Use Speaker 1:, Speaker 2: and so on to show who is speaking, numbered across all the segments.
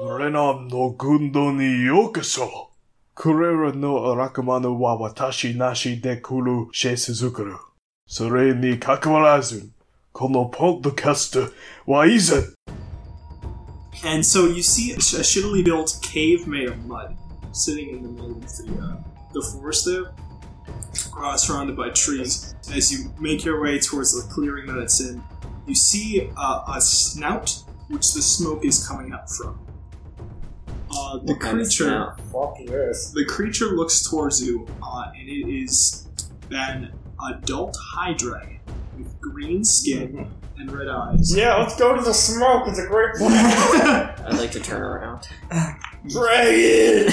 Speaker 1: 南の軍道にようこそ。クレラのラクマのは私なしで来る施設作る。それにかかわらず、このポッドキャストは以 前、
Speaker 2: And so you see a shittily built cave made of mud sitting in the middle of the, uh, the forest there, uh, surrounded by trees. As you make your way towards the clearing that it's in, you see uh, a snout which the smoke is coming up from. Uh, the creature,
Speaker 3: Fuck yes.
Speaker 2: the creature looks towards you, uh, and it is an adult high dragon with green skin and red eyes.
Speaker 3: Yeah, let's go to the smoke. It's a great
Speaker 4: I'd like to turn around.
Speaker 3: Dragon!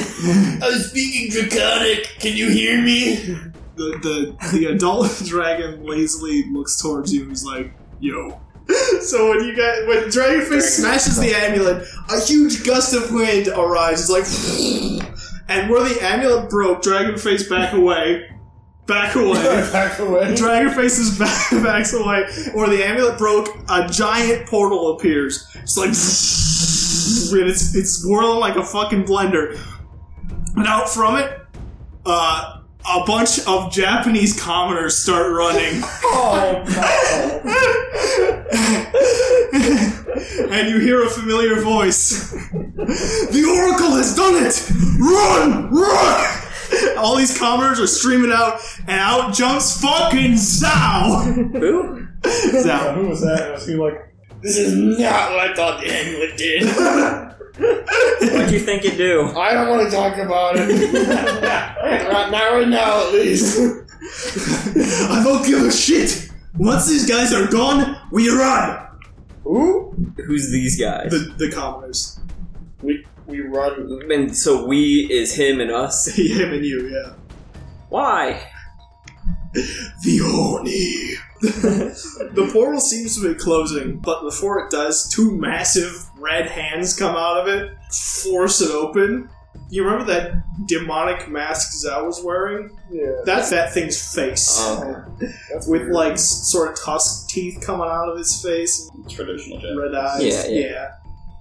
Speaker 3: I'm speaking draconic. Can you hear me?
Speaker 2: the the the adult dragon lazily looks towards you and is like, "Yo." So when you guys when Dragonface smashes the amulet, a huge gust of wind arrives. It's like, and where the amulet broke, Dragonface back away, back away.
Speaker 3: Back away.
Speaker 2: Dragonface is back, backs away. Where the amulet broke, a giant portal appears. It's like, and it's it's whirling like a fucking blender. And out from it, uh, a bunch of Japanese commoners start running.
Speaker 3: Oh, no.
Speaker 2: and you hear a familiar voice. The Oracle has done it! Run! Run! All these commoners are streaming out, and out jumps fucking Zao!
Speaker 4: Who?
Speaker 2: Zao.
Speaker 3: Who was that? Was he like, this is not what I thought the amulet did.
Speaker 4: What'd you think you do?
Speaker 3: I don't want to talk about it. right, not right now, at least.
Speaker 2: I don't give a shit! Once these guys are gone, we run!
Speaker 3: Ooh?
Speaker 4: Who's these guys?
Speaker 2: The, the commoners.
Speaker 3: We, we run.
Speaker 4: and so we is him and us.
Speaker 2: Him and you, yeah.
Speaker 4: Why?
Speaker 2: The Oni. the portal seems to be closing, but before it does, two massive red hands come out of it, force it open. You remember that demonic mask Zao was wearing?
Speaker 3: Yeah.
Speaker 2: That's that thing's face.
Speaker 4: Um,
Speaker 3: That's
Speaker 2: With
Speaker 3: weird.
Speaker 2: like s- sort of tusk teeth coming out of his face,
Speaker 5: Traditional
Speaker 2: and
Speaker 5: Japanese.
Speaker 2: red eyes.
Speaker 4: Yeah, yeah.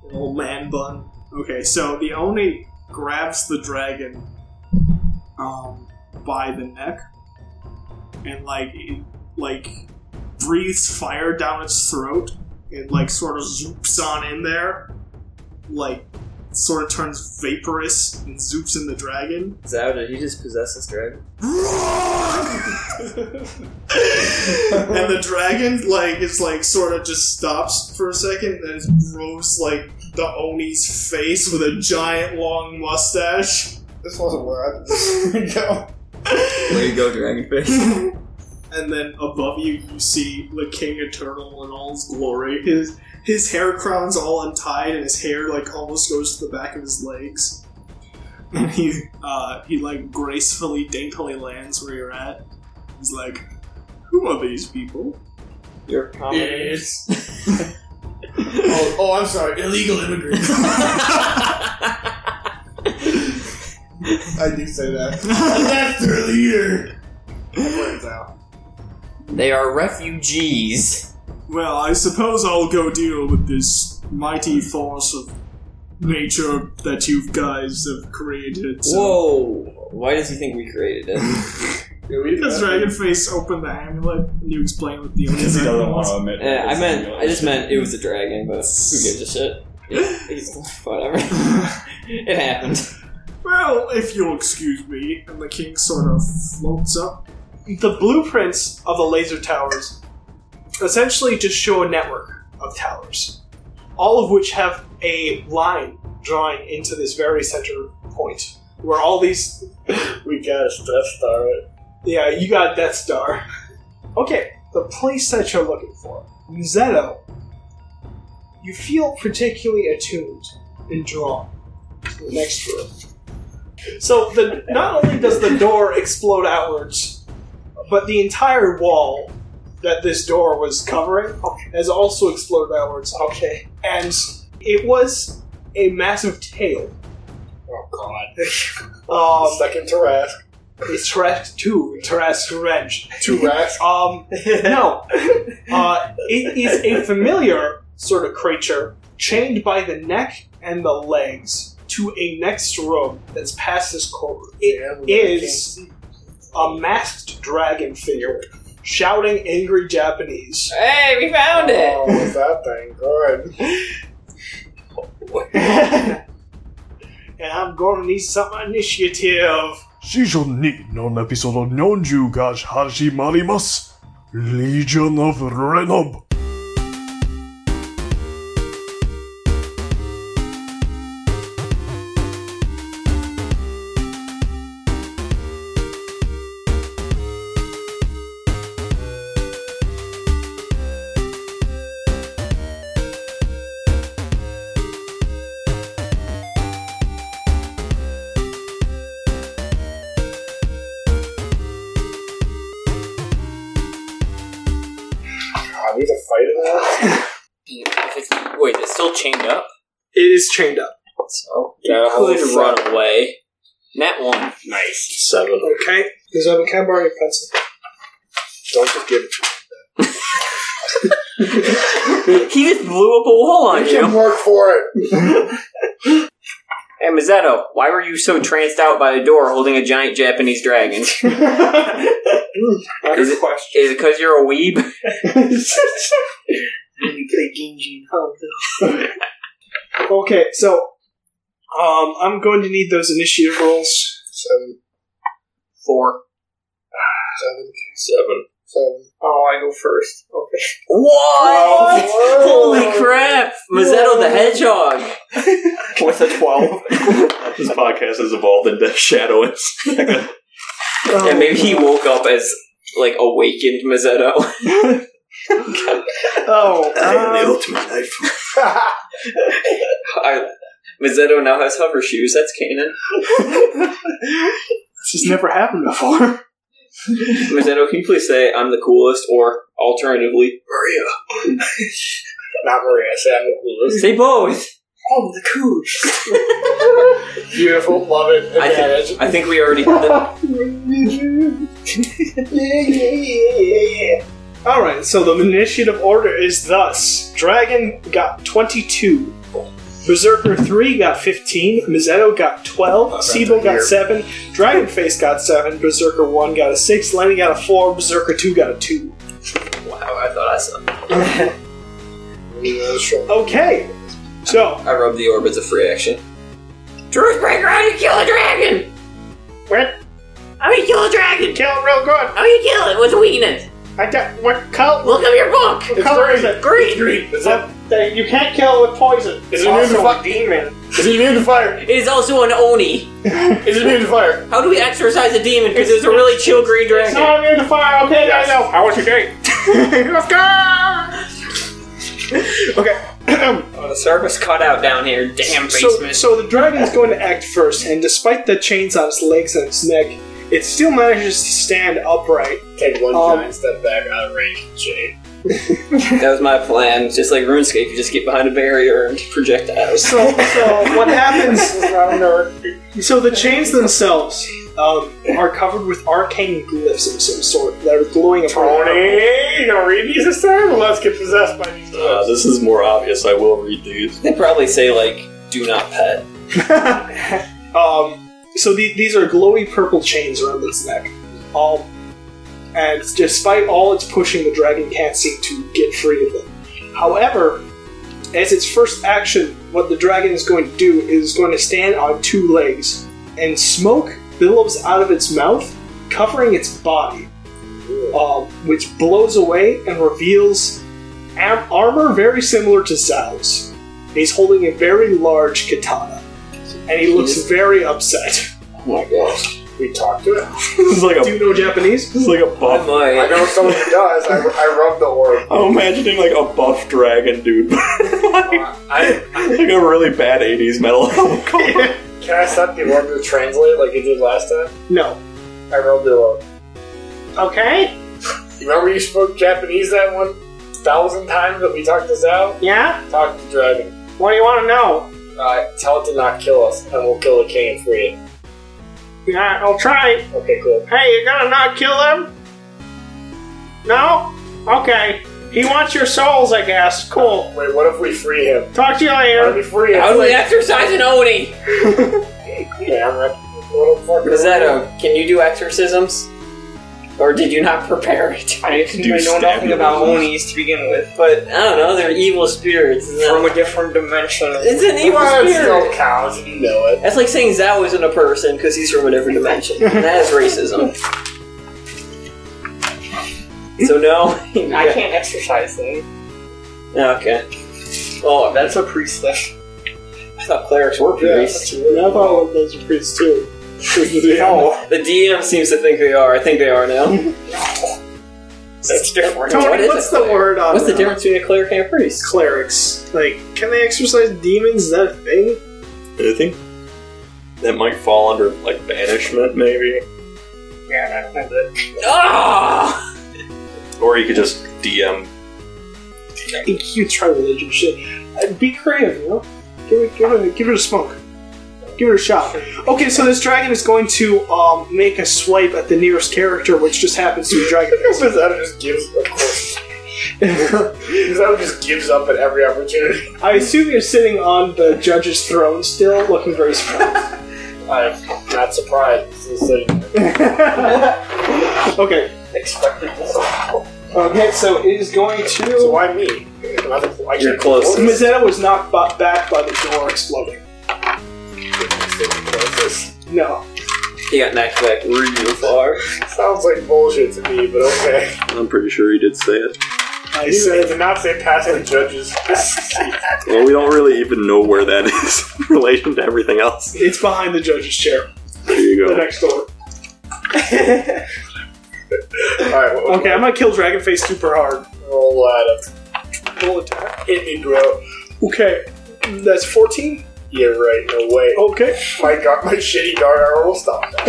Speaker 2: An old man bun. Okay, so the Oni grabs the dragon um, by the neck and like it, like breathes fire down its throat and like sort of zoops on in there, like sort of turns vaporous and zoops in the dragon.
Speaker 4: Zao, did he just possess this dragon?
Speaker 2: and the dragon like is like sort of just stops for a second and then grows like the Oni's face with a giant long mustache.
Speaker 3: This wasn't where I thought this was going to go.
Speaker 4: Way to go, Dragonfish.
Speaker 2: and then above you you see the king eternal in all his glory his his hair crown's all untied and his hair like almost goes to the back of his legs and he uh, he like gracefully daintily lands where you're at he's like who are these people
Speaker 4: You're
Speaker 3: Idiots. oh, oh, I'm sorry. Illegal immigrants. I do say that. That's their leader. Words out.
Speaker 4: They are refugees.
Speaker 2: well i suppose i'll go deal with this mighty force of nature that you guys have created so
Speaker 4: Whoa! Why does he think we created it?
Speaker 3: Yeah, we did
Speaker 2: Does
Speaker 3: that.
Speaker 2: Dragonface open the amulet and you explain what the
Speaker 5: Because he doesn't
Speaker 2: amulet
Speaker 5: want
Speaker 2: was?
Speaker 5: to admit.
Speaker 4: Eh, I
Speaker 5: it's
Speaker 4: meant,
Speaker 5: singular.
Speaker 4: I just meant it was a dragon, but who gives a shit? Yeah, he's- whatever. it happened.
Speaker 2: Well, if you'll excuse me, and the king sort of floats up. The blueprints of the laser towers essentially just show a network of towers, all of which have a line drawing into this very center point where all these.
Speaker 3: We got a Death Star. it.
Speaker 2: Yeah, you got Death Star. Okay, the place that you're looking for, Zeto. You feel particularly attuned and drawn to the next room. So the not only does the door explode outwards, but the entire wall that this door was covering has also exploded outwards. Okay. And it was a massive tail.
Speaker 3: Oh God.
Speaker 2: Um,
Speaker 3: Second to Rask.
Speaker 2: it's Trask 2, Trask Wrench.
Speaker 3: To Rask.
Speaker 2: Um, no. Uh, it is a familiar sort of creature chained by the neck and the legs to a next room that's past this courtroom. It is a masked dragon figure shouting angry Japanese.
Speaker 4: Hey, we found
Speaker 5: Oh,
Speaker 4: it!
Speaker 5: was that thing good?
Speaker 2: and I'm going to need some initiative.
Speaker 1: She shall need non episode of Nonju Gash Hashimarimas, Legion of Renob.
Speaker 5: God, there's a fight in that?
Speaker 4: If it's- wait, it's still chained up?
Speaker 2: It is chained up.
Speaker 4: So,
Speaker 5: Yeah,
Speaker 4: could
Speaker 5: hold
Speaker 4: run away. Nat one.
Speaker 5: Nice. Seven.
Speaker 2: Okay. Because I'm can I borrow your pencil.
Speaker 5: Don't just give it to
Speaker 4: He just blew up a wall
Speaker 5: me.
Speaker 4: on
Speaker 5: You can
Speaker 4: you.
Speaker 5: work for it.
Speaker 4: Hey, Mazzetto, why were you so tranced out by the door holding a giant Japanese dragon? Is it-
Speaker 2: question.
Speaker 4: Is it because you're a weeb?
Speaker 2: okay, so um, I'm going to need those initiative rolls.
Speaker 5: Seven.
Speaker 4: Four.
Speaker 5: Seven. Seven. Seven.
Speaker 2: Oh, I go first. Okay.
Speaker 4: What?
Speaker 5: Whoa.
Speaker 4: Holy crap! Mazzetto the Hedgehog!
Speaker 6: What's a 12? this podcast has evolved into Shadowist.
Speaker 2: Um,
Speaker 4: And maybe he woke up as, like, awakened Mazzetto.
Speaker 2: Oh, um,
Speaker 6: ultimate knife.
Speaker 4: I, Mazzetto now has hover shoes. That's canon.
Speaker 2: this has never happened before.
Speaker 4: Mazzetto, can you please say, I'm the coolest, or alternatively, Maria?
Speaker 5: Not Maria. Say I'm the coolest.
Speaker 4: Say both!
Speaker 2: Oh, the coos.
Speaker 5: Beautiful. Love it.
Speaker 4: I
Speaker 5: Advantage.
Speaker 4: think, I think we already did that.
Speaker 2: All right, so the initiative order is thus: Dragon got twenty-two, Berserker three got fifteen, Mazzetto got twelve, Sibo got seven, Dragonface got seven, Berserker one got a six, Lenny got a four, Berserker two got a two.
Speaker 4: Wow, I thought I saw.
Speaker 5: Yeah, sure.
Speaker 2: Okay, so
Speaker 4: I rubbed the orb as a free action. Truthbreaker, how do you kill a dragon?
Speaker 2: what?
Speaker 4: How do you kill a dragon?
Speaker 2: Kill him real good.
Speaker 4: How do you kill it with a weakness?
Speaker 2: I got what color?
Speaker 4: Look up your book!
Speaker 2: What color is it?
Speaker 4: Green!
Speaker 2: Well, they- you can't kill it with poison.
Speaker 5: Is it immune to
Speaker 2: Also a
Speaker 5: fire?
Speaker 2: demon?
Speaker 5: Is it immune to fire?
Speaker 4: It is also an Oni.
Speaker 5: Is it immune to fire?
Speaker 4: How do we exorcise a demon? Because there's a really chill green
Speaker 2: It's
Speaker 4: dragon.
Speaker 2: not immune to fire. Okay, I know. How was your day? Let's go. okay.
Speaker 4: Oh, the service cut out down here. Damn
Speaker 2: So,
Speaker 4: basement.
Speaker 2: so the dragon is going to act first, and despite the chains on its legs and its neck, it still manages to stand upright.
Speaker 5: Take one
Speaker 2: Um,
Speaker 5: giant step back out of range and shade.
Speaker 4: that was my plan. Just like RuneScape, you just get behind a barrier and projectiles.
Speaker 2: So, so what happens? so the chains themselves um, are covered with arcane glyphs of some sort that are glowing upon
Speaker 5: you gonna read these this time? Or let's get possessed by these
Speaker 6: Uh, this is more obvious. I will read these.
Speaker 4: They probably say like, "Do not pet."
Speaker 2: um, so the, these are glowy purple chains around its neck. All, and despite all its pushing, the dragon can't seem to get free of them. However, as its first action, what the dragon is going to do is going to stand on two legs, and smoke billows out of its mouth, covering its body, um, which blows away and reveals am- armor very similar to Zal's. He's holding a very large katana and he looks very upset.
Speaker 4: Oh my gosh!
Speaker 5: We talked to it.
Speaker 6: This is like
Speaker 2: Do
Speaker 6: a
Speaker 2: you know Japanese?
Speaker 6: this is like a
Speaker 4: I
Speaker 6: buff.
Speaker 5: I
Speaker 4: might.
Speaker 5: know someone who does. I, I rub the orb.
Speaker 6: I'm imagining like a buff dragon dude, like, like a really bad '80s metal. album.
Speaker 5: Can I set the orb to translate like you did last time?
Speaker 2: No.
Speaker 5: I rubbed the orb.
Speaker 2: Okay.
Speaker 5: Remember you spoke Japanese that one thousand times that we talked this out?
Speaker 2: Yeah.
Speaker 5: Talk to the dragon.
Speaker 2: What do you want to know?
Speaker 5: Uh, tell it to not kill us, and we'll kill the king and free it.
Speaker 2: Yeah, I'll try.
Speaker 5: Okay, cool.
Speaker 2: Hey, you're gonna not kill them? No. Okay. He wants your souls, I guess. Cool.
Speaker 7: Wait, what if we free him?
Speaker 2: Talk to you
Speaker 7: How do
Speaker 2: later.
Speaker 7: we free
Speaker 4: How
Speaker 7: him?
Speaker 4: do we exercise an Oni?
Speaker 2: Yeah, I'm
Speaker 4: Mazzetto, can you do exorcisms? Or did you not prepare it?
Speaker 8: I,
Speaker 6: Do
Speaker 8: I know nothing about
Speaker 6: stabulars.
Speaker 8: Onis to begin with, but
Speaker 4: I don't know, they're evil spirits. isn't
Speaker 8: from
Speaker 4: that-
Speaker 8: a different dimension.
Speaker 4: It's an evil
Speaker 2: Well, it's
Speaker 4: spirit!
Speaker 2: still cows, and you know it.
Speaker 4: That's like saying Zao isn't a person because he's from a different dimension. And that is racism. So no.
Speaker 8: I can't exercise them.
Speaker 4: Okay. Oh, that's
Speaker 8: That's a priestess.
Speaker 4: I thought clerics were priests.
Speaker 2: I
Speaker 7: Oh,
Speaker 2: thought those were priests too. no.
Speaker 4: The DM seems to think they are. I think they are now.
Speaker 8: That's different.
Speaker 4: Tony, What
Speaker 2: Tony,
Speaker 4: is
Speaker 2: what's
Speaker 4: a
Speaker 2: the
Speaker 4: cleric?
Speaker 2: word on
Speaker 4: What's the
Speaker 2: uh,
Speaker 4: difference between a cleric and a priest?
Speaker 2: Clerics. Like, can they exercise demons? Is that a thing?
Speaker 6: I think that might fall under like banishment, maybe,
Speaker 8: Yeah, I don't know that.
Speaker 4: Ah!
Speaker 6: or you could just DM.
Speaker 2: You try religion shit. Uh, Be creative, you know? Give it, give it, give it a smoke. Give it a shot. Okay, so this dragon is going to um, make a swipe at the nearest character, which just happens to be Dragon Face.
Speaker 7: Mazzetto just gives of course. Mazzetto just gives up at every opportunity.
Speaker 2: I assume you're sitting on the judge's throne still, looking very surprised.
Speaker 7: I'm not surprised. It's the same.
Speaker 2: okay.
Speaker 8: Expected this.
Speaker 2: Okay, so it is going
Speaker 7: So
Speaker 2: to.
Speaker 7: why me? I'm not the- I
Speaker 6: You're
Speaker 7: can't-
Speaker 6: close.
Speaker 2: Mazetta was knocked ba- back by the door exploding. No.
Speaker 4: He got knocked back real far.
Speaker 7: Sounds like bullshit to me, but okay.
Speaker 6: I'm pretty sure he did say it.
Speaker 2: I
Speaker 7: He
Speaker 2: said.
Speaker 7: did not say past the judges.
Speaker 6: Well, we don't really even know where that is in relation to everything else.
Speaker 2: It's behind the judge's chair,
Speaker 6: There you
Speaker 2: the
Speaker 6: go.
Speaker 2: next door.
Speaker 7: Alright, what
Speaker 2: Okay, I'm gonna kill Dragonface super hard.
Speaker 7: roll out
Speaker 2: Roll attack.
Speaker 7: of hit me, bro.
Speaker 2: Okay, that's 14.
Speaker 7: Yeah, right, no way.
Speaker 2: Okay.
Speaker 7: My god, my shitty guard armor will stop that.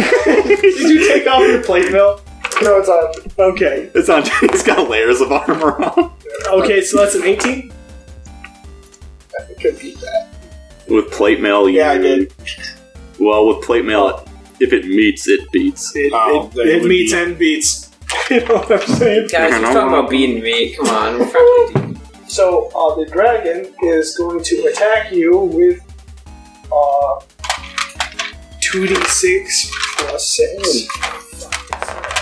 Speaker 2: Did you take off your plate mail?
Speaker 7: No, it's on.
Speaker 2: Okay.
Speaker 6: It's on. He's got layers of armor on
Speaker 2: Okay, so that's an 18.
Speaker 7: I could beat that.
Speaker 6: with plate mail. You,
Speaker 2: Yeah, I did.
Speaker 6: Well, with plate mail, if it meets, it beats.
Speaker 2: It,
Speaker 7: Oh,
Speaker 2: it,
Speaker 7: then
Speaker 2: it
Speaker 7: it would
Speaker 2: meets
Speaker 7: be-
Speaker 2: and beats. you know what I'm saying?
Speaker 4: Guys, we're talking about beating me. Come on. We're trying to do-
Speaker 2: So uh, the dragon is going to attack you with uh, 2d6 plus 6.
Speaker 7: Hmm.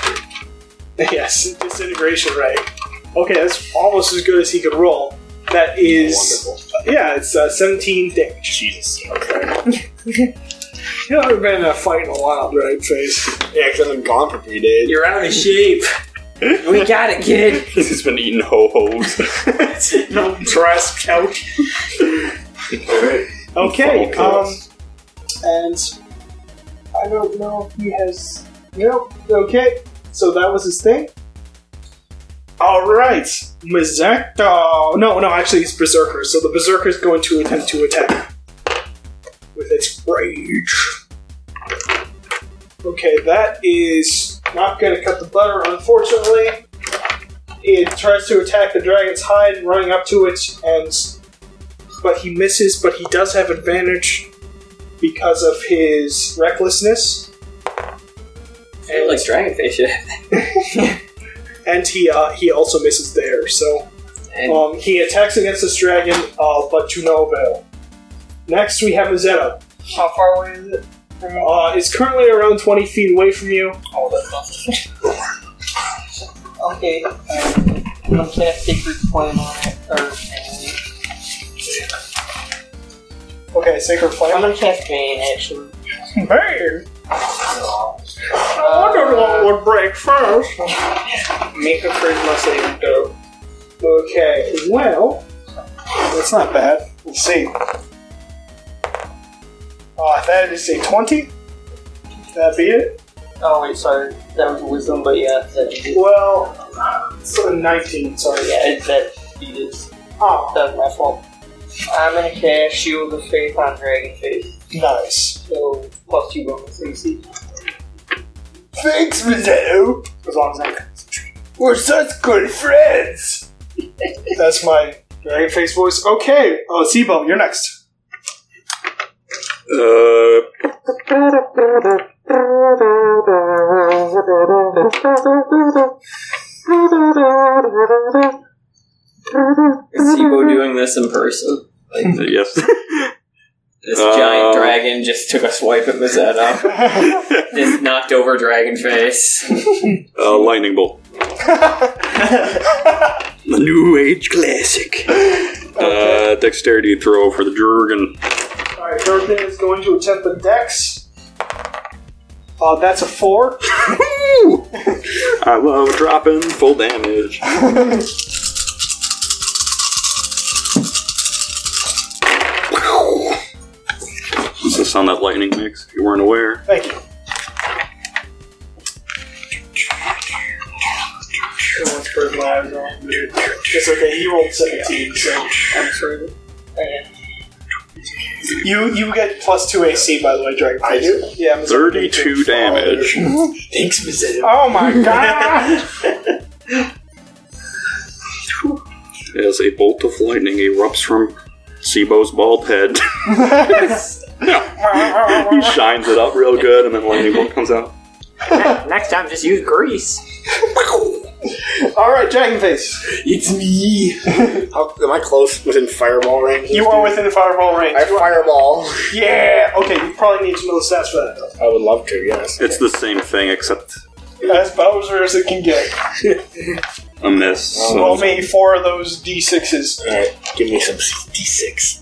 Speaker 2: Yes, disintegration, right? Okay, that's almost as good as he could roll. That is. Yeah, it's uh, 17 damage.
Speaker 7: Jesus. Okay.
Speaker 2: You haven't been in a fight in a while, dragon face.
Speaker 7: Yeah, because I've been gone for three days.
Speaker 4: You're out of shape. We got it, kid.
Speaker 6: He's been eating ho hos.
Speaker 2: no dress couch. Okay, um, and I don't know if he has. Nope. Okay, so that was his thing. All right, Mazekto. No, no, actually, he's berserker. So the berserker is going to attempt to attack with its rage. Okay, that is not going to cut the butter, unfortunately. It tries to attack the dragon's hide, running up to it, and but he misses. But he does have advantage because of his recklessness,
Speaker 4: I feel like dragonfish. yeah.
Speaker 2: and he uh, he also misses there. So
Speaker 4: And
Speaker 2: um, he attacks against this dragon, uh, but to no avail. Next, we have Mazzetto.
Speaker 8: How far away is it?
Speaker 2: Uh, it's currently around 20 feet away from you.
Speaker 8: Oh, that's nothing. okay. Um, I'm gonna secret plan on it. Or,
Speaker 2: Okay, Sacred
Speaker 8: I'm
Speaker 2: Flame.
Speaker 8: gonna cast Bane, actually.
Speaker 2: Hey! I don't know
Speaker 8: Uh,
Speaker 2: what would break first.
Speaker 8: make a charisma saving throw.
Speaker 2: Okay, well, that's not bad. Let's see. Uh, that is a 20. That be it?
Speaker 8: Oh wait, sorry, that was wisdom, but yeah, that yeah,
Speaker 2: Well, so 19, sorry.
Speaker 8: Oh, it, that beat it.
Speaker 7: Oh.
Speaker 2: Ah,
Speaker 8: That's my fault. I'm gonna cast Shield of Faith on Dragon Face,
Speaker 2: nice.
Speaker 8: so plus two bonus AC.
Speaker 7: Thanks, Mazzetto.
Speaker 2: As long as I
Speaker 7: We're such good friends.
Speaker 2: That's my dragon face voice. Okay, oh, Seabone, you're next.
Speaker 6: Uh,
Speaker 4: Is Zebo doing this in person?
Speaker 6: yes.
Speaker 4: This
Speaker 6: Uh,
Speaker 4: giant dragon just took a swipe at Mazzetto. just knocked over Dragonface.
Speaker 6: Uh, lightning bolt. the New Age classic. Uh, dexterity throw for the dragon.
Speaker 2: Alright, Bergman is going to attempt the dex. Uh, that's a four.
Speaker 6: I love dropping full damage. What's the sound that lightning makes? If you weren't aware.
Speaker 2: Thank you. It's okay, he rolled 17, so I'm sorry. Okay. You you get plus 2 AC, by the way, Dragon. I do? Yeah, I'm sorry.
Speaker 6: 32 damage.
Speaker 3: Thanks, Mazzetto.
Speaker 2: Oh my god!
Speaker 6: As a bolt of lightning erupts from Sibo's bald head. he shines it up real good, and then lightning bolt comes out.
Speaker 4: Next time, just use grease.
Speaker 2: Alright, Dragonface.
Speaker 3: It's me.
Speaker 5: How, am I close? Within fireball range?
Speaker 2: You are within fireball range.
Speaker 5: I fireball.
Speaker 2: Yeah! Okay, you probably need to know the stats for that, though.
Speaker 5: I would love to, yes.
Speaker 6: It's the same thing, except
Speaker 2: As Bowser as it can get.
Speaker 6: a miss.
Speaker 2: Roll
Speaker 6: So.
Speaker 2: me four of those d6s.
Speaker 5: Alright, give me some d6.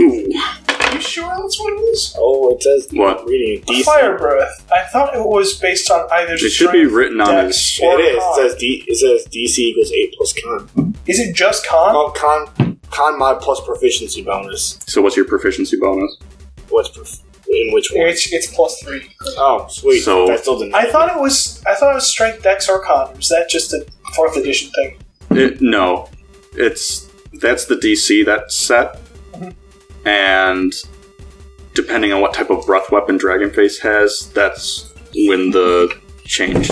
Speaker 6: Ooh.
Speaker 2: Are you sure that's what it is?
Speaker 5: Oh, it says
Speaker 6: What?
Speaker 5: reading
Speaker 2: A
Speaker 5: d6.
Speaker 2: Fire breath. I thought it was based on either.
Speaker 6: It should be
Speaker 2: strength,
Speaker 6: written on
Speaker 2: dex,
Speaker 6: his.
Speaker 2: or
Speaker 5: It is.
Speaker 2: con.
Speaker 5: It says, D, it says DC equals 8 plus con.
Speaker 2: Is it just con?
Speaker 5: Oh, con, con mod plus proficiency bonus.
Speaker 6: So, what's your proficiency bonus?
Speaker 5: What's prof- in which one?
Speaker 2: It's it's plus three.
Speaker 5: Oh, sweet.
Speaker 6: So-
Speaker 5: That's still denied.
Speaker 2: I thought it was. I thought it was strength, dex, or con. Was that just a fourth edition thing?
Speaker 6: It, no, it's that's the DC that's set, and depending on what type of breath weapon Dragonface has, that's when the change.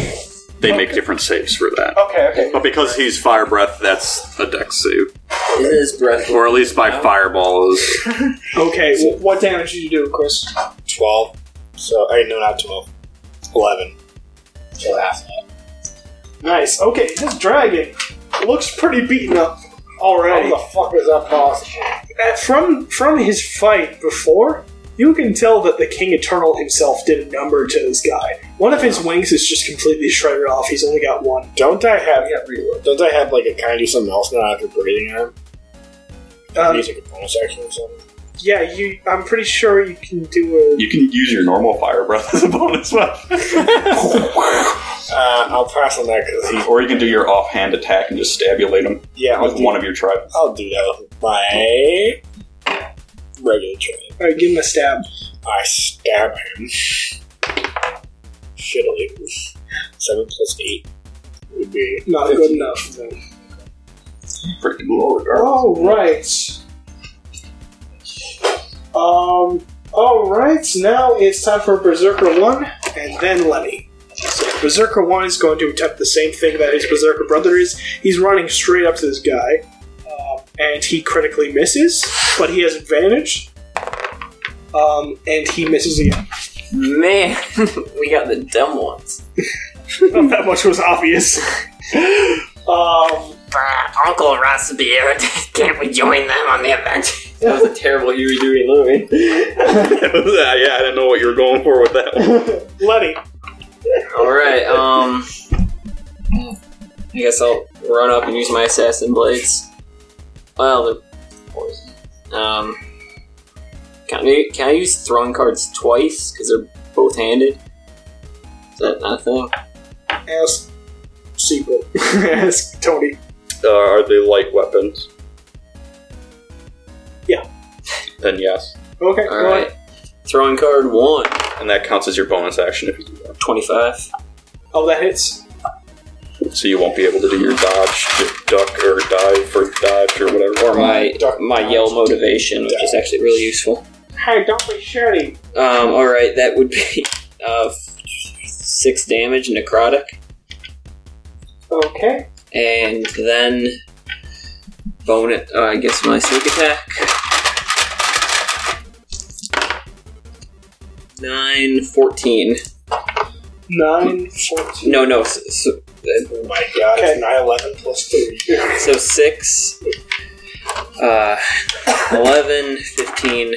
Speaker 6: They make different saves for that.
Speaker 2: Okay, okay.
Speaker 6: But because he's fire breath, that's a dex save,
Speaker 4: It is breath.
Speaker 6: or at least my fireball is.
Speaker 2: Okay. wh- what damage did you do, Chris?
Speaker 5: 12. So, I no, not 12. 11. So half.
Speaker 2: Nice. Okay, this dragon looks pretty beaten up
Speaker 5: How
Speaker 2: already.
Speaker 5: the fuck is that possible?
Speaker 2: Uh, From from his fight before, you can tell that the King Eternal himself did a number to this guy. One of his wings is just completely shredded off. He's only got one.
Speaker 5: Don't I have Don't I have like a kind of do something else now after breathing arm?
Speaker 2: Um,
Speaker 5: Use like a bonus action or something.
Speaker 2: Yeah, you. I'm pretty sure you can do
Speaker 6: You can use your normal fire breath as a bonus weapon,
Speaker 5: Uh, I'll pass on that because he.
Speaker 6: or you can do your offhand attack and just stabulate him
Speaker 5: Yeah, I'll do,
Speaker 6: of your tribe.
Speaker 5: I'll do that with my regular training.
Speaker 2: a. All right, give him a stab.
Speaker 5: I stab him shittily. Seven plus eight would be
Speaker 2: Not good enough.
Speaker 6: Pretty low regard.
Speaker 2: All right. Um. All right. Now it's time for Berserker One, and then Lenny. So Berserker One is going to attempt the same thing that his Berserker brother is. He's running straight up to this guy, um, and he critically misses, but he has advantage. Um, and he misses again.
Speaker 4: Man, we got the dumb ones.
Speaker 2: Not that much was obvious. um.
Speaker 9: Uncle Raspbier, can't we join them on the adventure?
Speaker 4: That was a terrible Huey, Dewey, Louie.
Speaker 6: yeah, I didn't know what you were going for with that. One.
Speaker 2: Lenny.
Speaker 4: Alright, um. I guess I'll run up and use my assassin blades. Well, they're poison. Um. Can I, can I use throwing cards twice? Because they're both handed? Is that not a thing?
Speaker 2: Ask Siegel. Ask Tony.
Speaker 6: Uh, are they light weapons?
Speaker 2: Yeah.
Speaker 6: Then yes.
Speaker 2: Okay, go on.
Speaker 4: Alright. Throwing card one.
Speaker 6: And that counts as your bonus action if you do
Speaker 4: 25.
Speaker 2: Oh, that hits.
Speaker 6: that. So you won't be able to do your dodge, duck, or dive for dodge or whatever. Or
Speaker 4: My, my yell motivation, which is actually really useful.
Speaker 2: Hey, don't be shooting.
Speaker 4: Um, alright, that would be uh, f- 6 damage necrotic.
Speaker 2: Okay.
Speaker 4: and then bonus. Uh, I guess my sneak attack. Nine, fourteen.
Speaker 2: Nine, fourteen.
Speaker 4: No, no, s- s- Good.
Speaker 5: Oh my god, it's 9 11 plus 3.
Speaker 4: So 6, uh, 11, 15,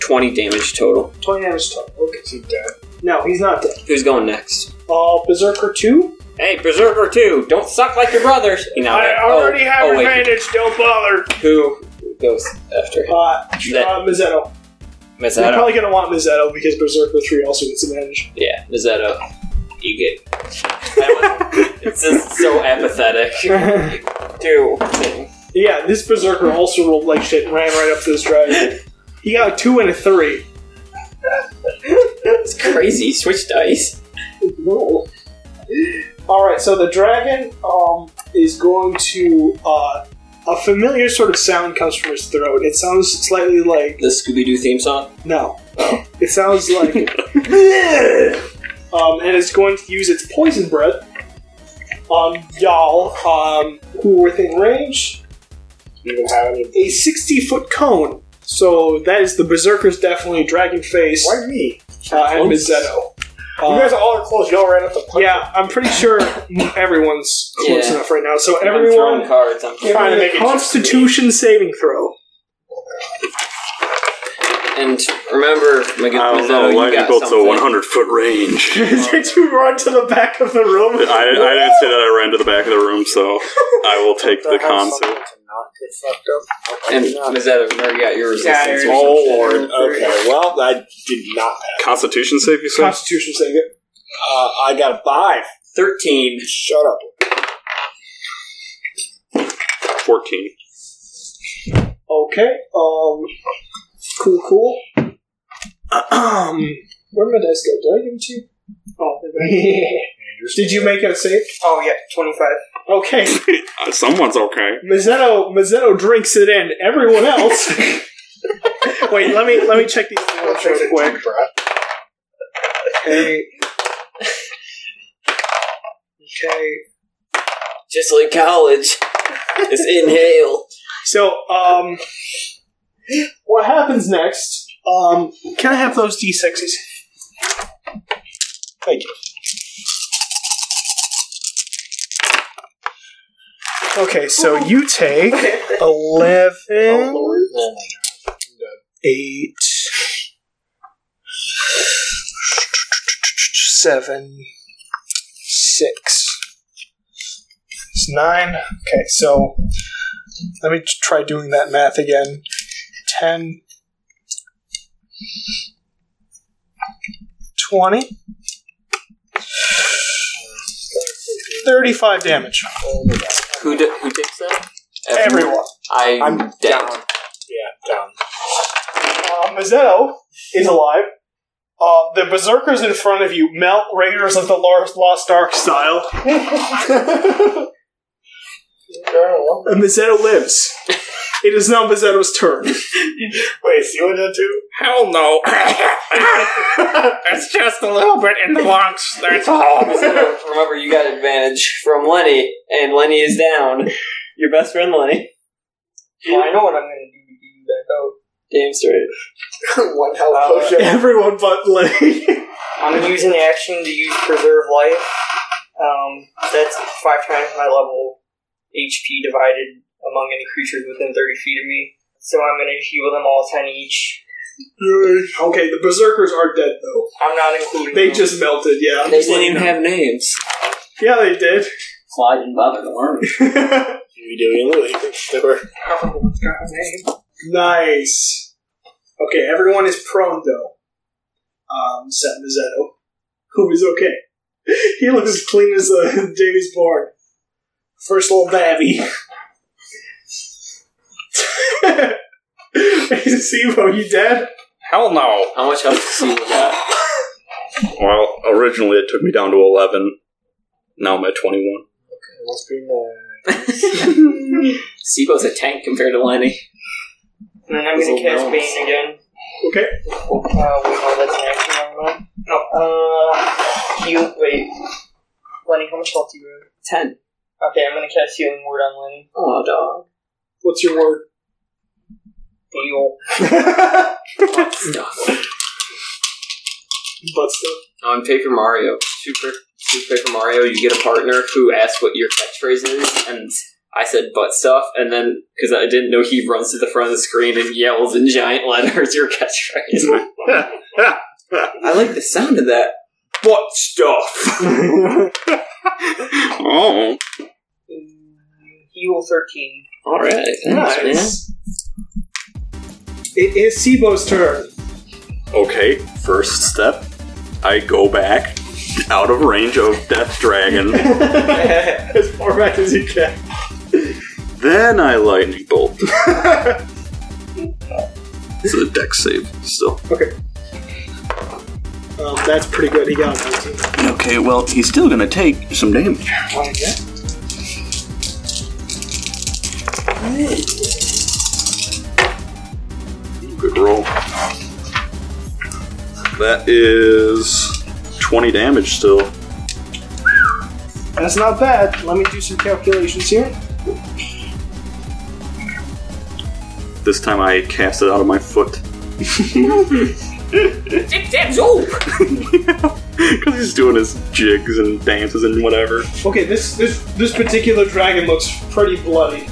Speaker 4: 20 damage total.
Speaker 5: 20 damage total. Okay, he's dead. No, he's not dead.
Speaker 4: Who's going next?
Speaker 5: Uh, Berserker 2?
Speaker 4: Hey, Berserker 2, don't suck like your brothers! You know,
Speaker 5: I
Speaker 4: oh,
Speaker 5: already have
Speaker 4: oh, wait,
Speaker 5: advantage, don't bother!
Speaker 4: Who goes after him?
Speaker 5: Uh, uh
Speaker 4: That-
Speaker 5: Mazzetto. You're
Speaker 4: Mazzetto?
Speaker 5: probably gonna want Mazzetto uh, because Berserker 3 also gets advantage.
Speaker 4: Yeah, Mazzetto. You get. I was- it's just so apathetic. Do thing.
Speaker 5: Yeah, this Berserker also rolled like shit and ran right up to this dragon. he got a 2 and a 3.
Speaker 4: It's crazy. Switch dice.
Speaker 5: No. Alright, so the dragon um, is going to. Uh, a familiar sort of sound comes from his throat. It sounds slightly like
Speaker 4: The Scooby Doo theme song.
Speaker 5: No. It sounds like. um, and it's going to use its poison breath on y'all um, who are within range.
Speaker 2: You even have any?
Speaker 5: A 60 foot cone. So that is the Berserkers definitely, Dragon Face,
Speaker 2: Why me?
Speaker 5: uh, and Mizzetto.
Speaker 2: you guys
Speaker 5: Uh,
Speaker 2: all are close. You all ran up the punch.
Speaker 5: yeah, I'm pretty sure everyone's close
Speaker 4: Yeah.
Speaker 5: enough right now. So
Speaker 4: I'm throwing
Speaker 5: everyone,
Speaker 4: cards. I'm
Speaker 5: give
Speaker 2: Trying to
Speaker 5: me
Speaker 2: make
Speaker 5: a
Speaker 2: it
Speaker 5: Constitution saving throw.
Speaker 4: And remember, Mag-
Speaker 6: I don't
Speaker 4: Mazzetto,
Speaker 6: know.
Speaker 4: you
Speaker 6: Lightning
Speaker 4: got
Speaker 6: bolt's a
Speaker 4: something.
Speaker 6: 100 foot range. I,
Speaker 5: Did you run to the back of the room?
Speaker 6: I didn't say that I ran to the back of the room, so I will take the concert.
Speaker 4: And Mazzetto, remember you got your resistance. or
Speaker 9: Oh,
Speaker 4: something.
Speaker 9: Lord.
Speaker 2: Okay, well, I did not pass.
Speaker 6: Constitution save, you said?
Speaker 5: Constitution saving.
Speaker 2: Uh, I got a five.
Speaker 4: Thirteen.
Speaker 2: Shut up.
Speaker 6: 14.
Speaker 5: Okay. Um. Cool. Cool. Um. Where did my dice go? Did I give it to you? Oh, they're back. did you make it a save?
Speaker 9: Oh, yeah, 25.
Speaker 5: Okay.
Speaker 6: Uh, someone's okay.
Speaker 5: Mazzetto Mazzetto drinks it in. Everyone else. Wait. Let me let me check these rolls real quick. Okay. Okay.
Speaker 4: Just like college. It's inhale.
Speaker 5: So, um, what happens next? Um, can I have those d6s? Thank you. Okay, so you take 11,
Speaker 9: Oh,
Speaker 5: Oh, 8, 7, 6. It's 9. Okay, so let me t- try doing that math again. 10, 20, 35 damage.
Speaker 4: Who d- who takes that?
Speaker 5: Everyone.
Speaker 4: I'm, down.
Speaker 2: Yeah, down.
Speaker 5: Uh, Mazzetto is alive. Uh, the berserkers in front of you melt Raiders of the Lost, Lost Ark style. and Mazzetto lives. It is now Mazzetto's turn.
Speaker 2: Wait, so you went down too?
Speaker 10: Hell no. it's just a little bit in the lungs, that's all.
Speaker 4: Mazzetto, remember you got advantage from Lenny, and Lenny is down. Your best friend Lenny.
Speaker 9: Well, I know what I'm gonna do to get you back out.
Speaker 4: Damn straight.
Speaker 2: One health
Speaker 9: Uh,
Speaker 2: potion.
Speaker 5: Everyone but Lenny.
Speaker 9: I'm gonna use an action to use preserve life. Um, that's five times my level HP divided among any creatures within 30 feet of me. So I'm gonna heal them all 10 each.
Speaker 5: okay, the berserkers are dead though.
Speaker 9: I'm not including.
Speaker 5: They
Speaker 9: them.
Speaker 5: just melted, yeah.
Speaker 4: They didn't even have names.
Speaker 5: Yeah, they did.
Speaker 4: Slide didn't bother to learn.
Speaker 2: You doing a little They were
Speaker 5: nice. Okay, everyone is prone though. Um, except Mazzetto, who is okay. He looks as clean as the day he's born. First little babby. hey, Sivo, you dead?
Speaker 10: Hell no.
Speaker 4: How much help to see with that?
Speaker 6: Well, originally it took me down to 11. Now I'm at 21.
Speaker 2: Must be nice.
Speaker 4: Sibo's a tank compared to Lenny.
Speaker 9: And then I'm gonna
Speaker 4: Those
Speaker 9: cast
Speaker 4: old
Speaker 9: Bane again.
Speaker 5: Okay.
Speaker 9: Uh, wait, no, that's an action, never mind. No, uh, heal. Wait. Lenny, how much health do you
Speaker 4: Ten.
Speaker 9: have? Okay, I'm gonna cast Healing Word on Lenny.
Speaker 4: Oh, dog.
Speaker 5: What's your word?
Speaker 9: Heal.
Speaker 4: Stuff.
Speaker 5: Butt stuff.
Speaker 4: On Paper Mario, super we play for Mario, you get a partner who asks what your catchphrase is, and I said butt stuff, and then because I didn't know, he runs to the front of the screen and yells in giant letters your catchphrase. I like the sound of that. Butt stuff.
Speaker 6: Oh,
Speaker 2: Heal 13.
Speaker 4: All right, thanks, man.
Speaker 5: Nice. It is Sibo's turn.
Speaker 6: okay. First step, I go back out of range of Death Dragon.
Speaker 5: as far back as you can.
Speaker 6: then I lightning bolt. This is a deck save still.
Speaker 5: Um, that's pretty good. He got a 19.
Speaker 6: Okay, well he's still gonna take some damage. Good roll. That is twenty damage still.
Speaker 5: That's not bad. Let me do some calculations here.
Speaker 6: This time I cast it out of my foot. Because he's doing his jigs and dances and whatever.
Speaker 5: Okay, this this this particular dragon looks pretty bloody.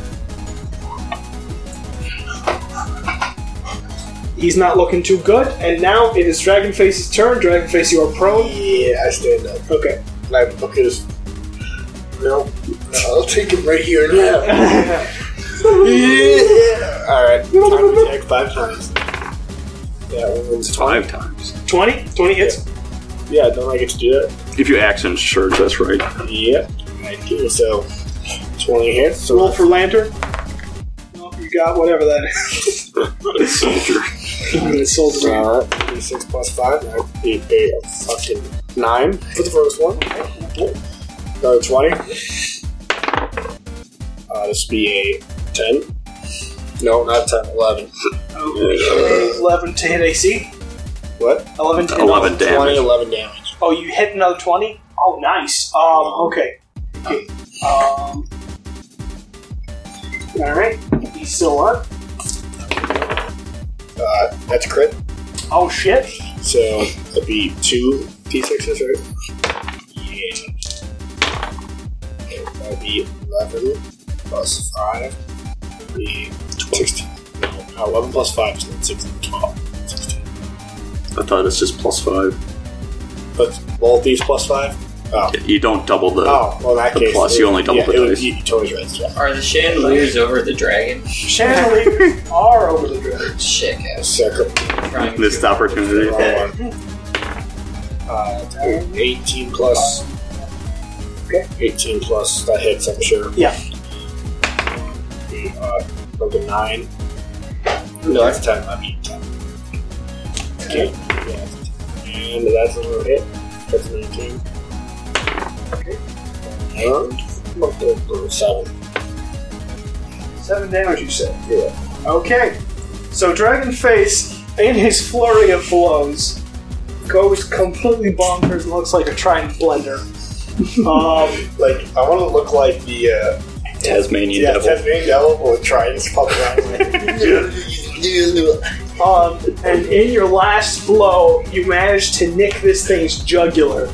Speaker 5: He's not looking too good, and now it is Dragonface's turn. Dragonface, you are prone.
Speaker 7: Yeah, I stand up.
Speaker 5: Okay.
Speaker 7: And I look at his. No, no, I'll take him right here now. yeah. All right. Time to attack five times. Yeah, one wins.
Speaker 6: Five times.
Speaker 5: 20? 20 hits?
Speaker 7: Yeah, don't I get to do that?
Speaker 6: If you action surge, that's right.
Speaker 7: Yep. I do. So, twenty hits. So
Speaker 5: Roll for Lantern. Well, you got whatever that is.
Speaker 6: Soldier.
Speaker 5: it's sold to me.
Speaker 7: Uh, six plus five, nine, eight, eight, a fucking nine for the first one. Another twenty. Uh, this would be a ten. No, not ten. Eleven.
Speaker 5: Okay, 11 to hit AC.
Speaker 7: What?
Speaker 5: 11 to hit
Speaker 6: Eleven
Speaker 7: Twenty,
Speaker 6: damage.
Speaker 7: eleven damage.
Speaker 5: Oh, you hit another 20? Oh, nice. Um, okay. Okay. Um, Alright. He's still up.
Speaker 7: Uh, that's a crit.
Speaker 5: Oh, shit.
Speaker 7: So that'd be two d6s, right? Yeah. Okay, That'd be eleven plus five. would Be sixteen. No, no, eleven plus five is not sixteen. Twelve. Sixteen.
Speaker 6: I thought it's just plus five.
Speaker 7: But both these plus five. Oh.
Speaker 6: You don't double the.
Speaker 7: Oh, well, in that
Speaker 6: Uh, The
Speaker 7: case.
Speaker 6: plus, you only double
Speaker 7: yeah,
Speaker 6: the
Speaker 7: it would-
Speaker 6: dice.
Speaker 7: You, you totally right. Yeah.
Speaker 4: Are the chandeliers over the dragon?
Speaker 5: Chandeliers are over the dragon.
Speaker 4: Shit,
Speaker 7: Yeah, Second
Speaker 4: I'm trying to-
Speaker 6: Missed opportunity.
Speaker 7: one. Uh, eighteen plus. Okay. Eighteen plus that hits. I'm sure.
Speaker 5: Yeah.
Speaker 7: Uh, number nine. No, that's ten. I mean ten. Okay. Yeah. that's 10. And that's a little hit. That's nineteen. Okay. And what the- the seven.
Speaker 5: Seven damage, you said.
Speaker 7: Yeah.
Speaker 5: Okay. So Dragon Face, in his flurry of blows, goes completely bonkers and looks like a trident blender. um,
Speaker 7: Like I want to look like the. Uh,
Speaker 6: Tasmanian
Speaker 7: Yeah,
Speaker 6: devil.
Speaker 7: Tasmanian devil will try and just fuck around. with
Speaker 5: um, and in your last blow, you manage to nick this thing's jugular.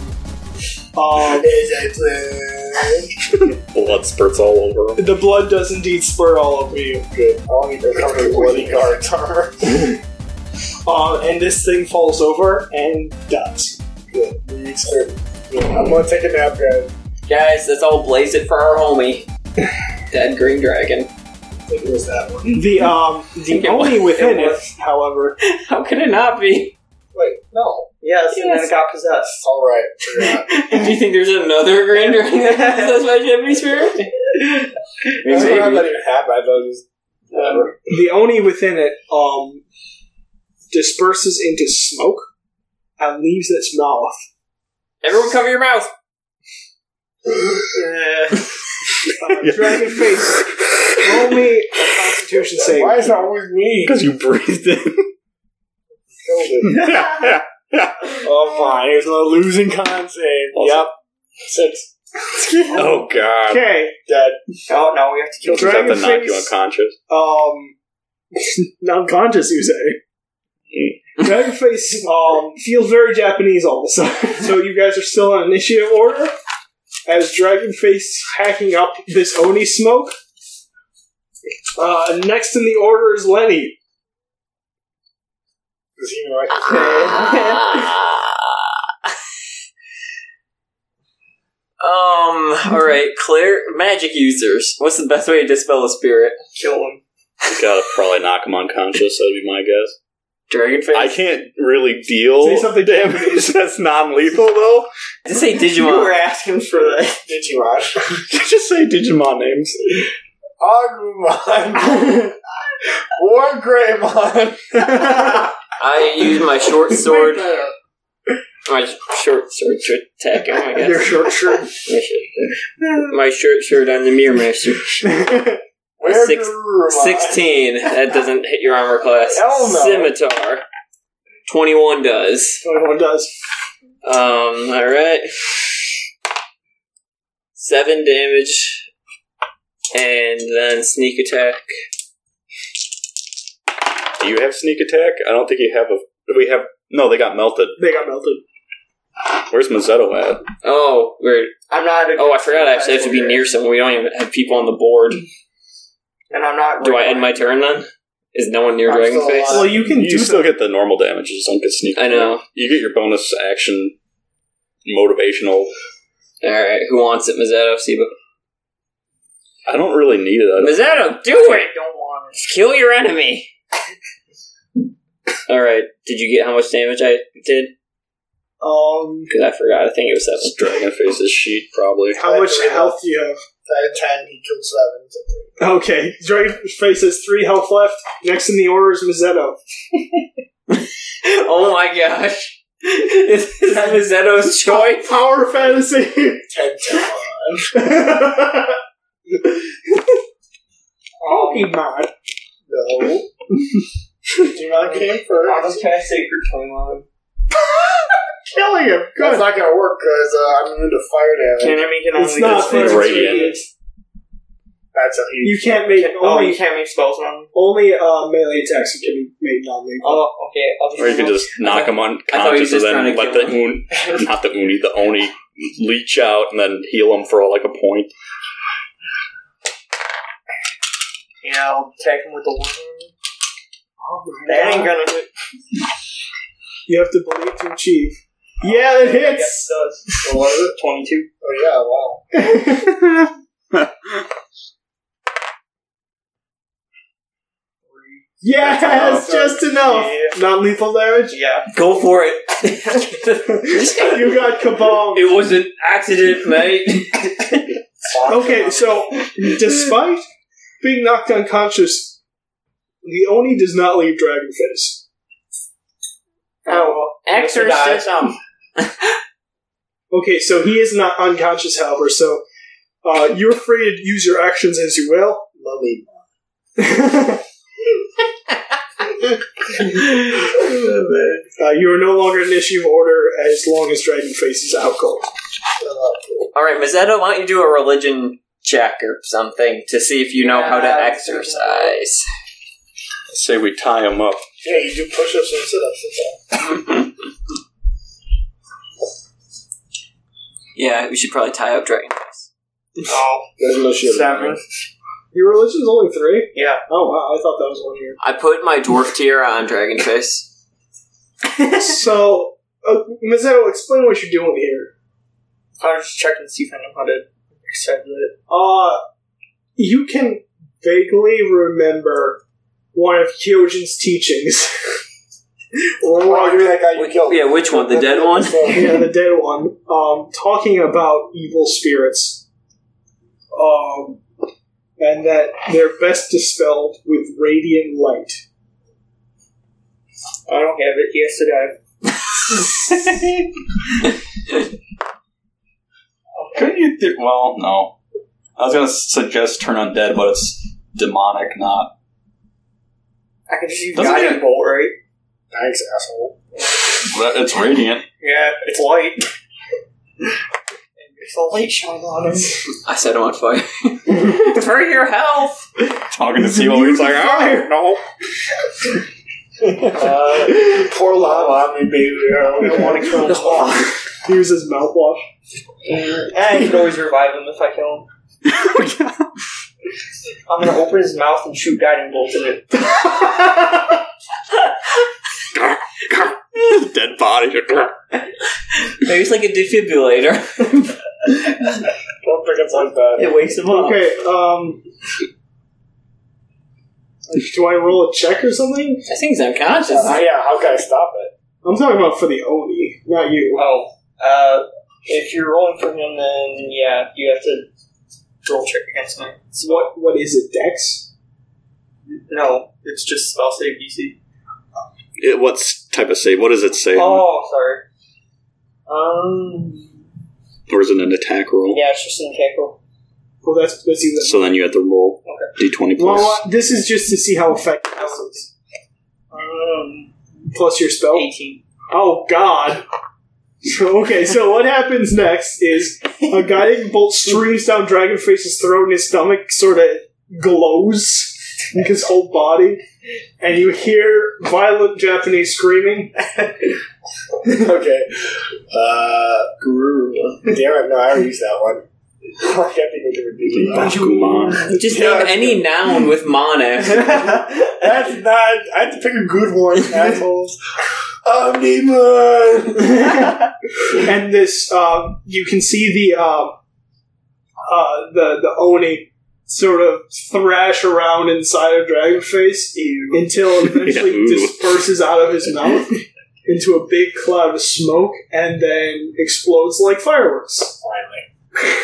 Speaker 5: Um,
Speaker 7: it.
Speaker 6: Blood spurts all over him.
Speaker 5: the blood does indeed spurt all over you.
Speaker 7: Good. I'll need to cover the bloody guard's armor.
Speaker 5: Um, and this thing falls over and dies.
Speaker 7: Good. We reached thirty. Good. I'm gonna take a nap, guys.
Speaker 4: Guys, let's all blaze it for our homie. Dead green dragon.
Speaker 7: I think it was that one.
Speaker 5: The um, the
Speaker 4: It
Speaker 5: only
Speaker 4: was-
Speaker 5: within
Speaker 4: it
Speaker 5: it, however,
Speaker 4: How could it not be?
Speaker 7: Wait, no.
Speaker 2: Yes, and then it got possessed.
Speaker 7: All right. forgot.
Speaker 4: Do you think there's another green dragon that has my Japanese spirit?
Speaker 7: I forgot that even happened. I thought it was whatever.
Speaker 5: the oni within it um, disperses into smoke and leaves its mouth.
Speaker 4: Everyone cover your mouth.
Speaker 5: Uh, Dragon face, roll me a Constitution save.
Speaker 7: Why is that always me?
Speaker 6: Because you breathed in.
Speaker 7: Killed it. oh, fine. Here's another losing con save. Yep. Six.
Speaker 6: oh god.
Speaker 5: Okay,
Speaker 7: Dead.
Speaker 2: Oh, no, we have to
Speaker 6: He'll
Speaker 2: kill
Speaker 6: just have
Speaker 5: Dragon
Speaker 6: to knock you
Speaker 5: face.
Speaker 6: unconscious.
Speaker 5: um, unconscious, you say?
Speaker 2: Dragonface um, feels very Japanese all of a sudden. So you guys are still in initiative order as Dragonface hacking up this Oni smoke. Uh, next in the order is Lenny.
Speaker 5: Does he know I can
Speaker 4: um. All right, clear magic users. What's the best way to dispel a spirit?
Speaker 9: Kill him.
Speaker 6: You gotta probably knock him unconscious. That'd be my guess.
Speaker 4: Dragon face.
Speaker 6: I can't really deal
Speaker 2: Say something
Speaker 6: damage that's non-lethal though.
Speaker 4: Just say
Speaker 9: You were
Speaker 4: Digimon.
Speaker 9: asking for that.
Speaker 5: Digimon?
Speaker 6: Just say Digimon names.
Speaker 5: Agumon! War Greymon!
Speaker 4: I use my short sword. My short sword to attack him. I guess.
Speaker 5: short shirt.
Speaker 4: My short- My short shirt on the mirror master.
Speaker 5: Where
Speaker 4: Six-
Speaker 5: Garurumon?
Speaker 4: Sixteen. That doesn't hit your armor class.
Speaker 5: Hell no.
Speaker 4: Scimitar. Twenty-one does.
Speaker 2: Everyone does.
Speaker 4: Um, alright. Seven damage. And then sneak attack.
Speaker 6: Do you have sneak attack? I don't think you have a. do We have no. They got melted.
Speaker 2: They got melted.
Speaker 6: Where's Mazzetto at?
Speaker 4: Oh, we're
Speaker 9: I'm not. A
Speaker 4: oh I forgot I actually have to be near someone. We don't even have people on the board.
Speaker 9: And I'm not.
Speaker 4: Do I end my turn then? Is no one near
Speaker 5: I'm still
Speaker 4: Dragonface?
Speaker 5: alive.
Speaker 2: Well, you can
Speaker 6: You
Speaker 2: do
Speaker 6: still
Speaker 2: so.
Speaker 6: get the normal damage. You just don't get sneak.
Speaker 4: I know.
Speaker 6: You get your bonus action, motivational.
Speaker 4: Alright, who wants it? Mazzetto, Siba.
Speaker 6: I don't really need it. I don't-
Speaker 4: Mazzetto, do
Speaker 9: I
Speaker 4: it!
Speaker 9: don't want it.
Speaker 4: Kill your enemy! Alright, did you get how much damage I did?
Speaker 2: Um,
Speaker 4: Because I forgot. I think it was seven.
Speaker 6: It's Dragon Face's sheet probably.
Speaker 2: how much health do you
Speaker 5: I had 10, he killed 7. so three.
Speaker 2: have? Okay, Dragonface has three health left. Next in the order is Mazzetto.
Speaker 4: Oh my gosh. Is this Mazzetto's choice?
Speaker 2: Power fantasy.
Speaker 5: 10 Temon.
Speaker 2: Pokemon.
Speaker 5: No. Digimon came first.
Speaker 9: I'm just gonna say for Pokemon.
Speaker 2: Killing him.
Speaker 5: That's
Speaker 2: Good.
Speaker 5: not gonna work because uh, I'm immune to fire damage.
Speaker 9: Can I make it
Speaker 2: It's
Speaker 9: only
Speaker 2: not
Speaker 9: this
Speaker 2: for
Speaker 6: radiant.
Speaker 2: radiant.
Speaker 5: That's a huge.
Speaker 2: You can't make
Speaker 9: Oh,
Speaker 2: only
Speaker 9: you can't make spells on.
Speaker 2: only uh, melee attacks can be made non-lethal.
Speaker 9: Oh, okay. I'll just.
Speaker 6: Or you can just knock him
Speaker 4: thought he was
Speaker 6: unconscious and
Speaker 4: just trying
Speaker 6: then
Speaker 4: to
Speaker 6: let
Speaker 4: kill
Speaker 6: the un, not the uni, the oni leech out and then heal him for like a point.
Speaker 9: Yeah, I'll attack him with the one.
Speaker 5: Oh,
Speaker 9: That ain't gonna do it.
Speaker 2: You have to believe to achieve. Yeah, it
Speaker 9: I guess
Speaker 2: hits.
Speaker 9: it does. What was it? Twenty-two.
Speaker 5: Oh yeah, wow.
Speaker 2: Yes,
Speaker 9: That's
Speaker 2: just enough.
Speaker 9: Yeah.
Speaker 2: Non-lethal damage.
Speaker 9: Yeah.
Speaker 4: Go for it.
Speaker 2: You got kabong.
Speaker 4: it was an accident, mate.
Speaker 2: Okay, so despite being knocked unconscious, the Oni does not leave Dragonface.
Speaker 9: Oh well.
Speaker 4: Exorcism.
Speaker 2: Okay, so he is not unconscious, however, so uh, you're free to use your actions as you will.
Speaker 5: Mummy.
Speaker 2: Uh, you are no longer in issue order as long as Dragonface is out cold.
Speaker 4: Alright, Mazzetto, why don't you do a religion check or something to see if you know how to
Speaker 9: Yeah.
Speaker 4: exercise?
Speaker 6: Say we tie him up.
Speaker 5: Yeah, you do push-ups and sit-ups. That's all.
Speaker 4: Yeah, we should probably tie up Dragonface.
Speaker 9: Oh,
Speaker 5: There's no shit.
Speaker 9: seven.
Speaker 2: Your religion's only three?
Speaker 9: Yeah.
Speaker 2: Oh wow, I thought that was one year.
Speaker 4: I put my dwarf tiara on Dragonface.
Speaker 2: so, uh, Mazzetto, explain what you're doing here.
Speaker 9: I was just checking to see if I know how to accept it.
Speaker 2: Uh, you can vaguely remember one of Kyojin's teachings.
Speaker 5: Wow, you're that guy you killed.
Speaker 4: Yeah, which one? The dead one?
Speaker 2: yeah, the dead one, um, talking about evil spirits, um, and that they're best dispelled with radiant light.
Speaker 9: I don't have it. He has to die.
Speaker 6: Couldn't you? Do, well, no. I was gonna suggest turn undead, but it's demonic, not.
Speaker 9: I can just use
Speaker 6: Doesn't
Speaker 9: Guiding
Speaker 6: it-
Speaker 9: Bolt, right?
Speaker 5: Thanks, asshole.
Speaker 6: It's radiant.
Speaker 9: Yeah, it's light. There's a light shine on him.
Speaker 4: I set him on fire. For your health!
Speaker 6: Talking to people, he's like, oh, no.
Speaker 3: Uh,
Speaker 2: Poor Lava, me baby. I don't want to kill him. he uses mouthwash.
Speaker 3: and I Eh, can always revive him if I kill him. I'm gonna open his mouth and shoot guiding bolts in it.
Speaker 6: Dead body.
Speaker 4: Maybe it's like a defibrillator.
Speaker 2: Don't think it's like that.
Speaker 3: It wakes him up.
Speaker 2: Okay, um. Do I roll a check or something?
Speaker 4: I think he's unconscious.
Speaker 2: Uh, yeah, how can I stop it? I'm talking about for the Oni, not you.
Speaker 3: Oh, uh, if you're rolling for him, then yeah, you have to roll check against me.
Speaker 2: What what is it, Dex?
Speaker 3: No, it's just spell save DC.
Speaker 6: It, what type of save? What does it say?
Speaker 3: Oh, sorry. Um,
Speaker 6: Or is it an attack roll?
Speaker 3: yeah, it's just an attack roll.
Speaker 2: Well, that's that's either.
Speaker 6: So then you have to roll d20
Speaker 2: Well,
Speaker 6: plus.
Speaker 2: uh, this is just to see how effective this is.
Speaker 3: Um,
Speaker 2: Plus your spell.
Speaker 3: 18.
Speaker 2: Oh God. So okay, so what happens next is a guiding bolt streams down Dragonface's throat and his stomach sort of glows like his whole body, and you hear violent Japanese screaming.
Speaker 7: okay. Uh, damn it, no, I already used that one. I can't think of it.
Speaker 6: Bakuman.
Speaker 4: Just
Speaker 7: Yeah.
Speaker 4: name any noun with mon after.
Speaker 7: That's not. I have to pick a good one, assholes. Omnimon!
Speaker 2: and this um, you can see the um, uh, the the oni sort of thrash around inside of dragonface until it eventually
Speaker 6: Yeah, ooh.
Speaker 2: disperses out of his mouth into a big cloud of smoke and then explodes like fireworks finally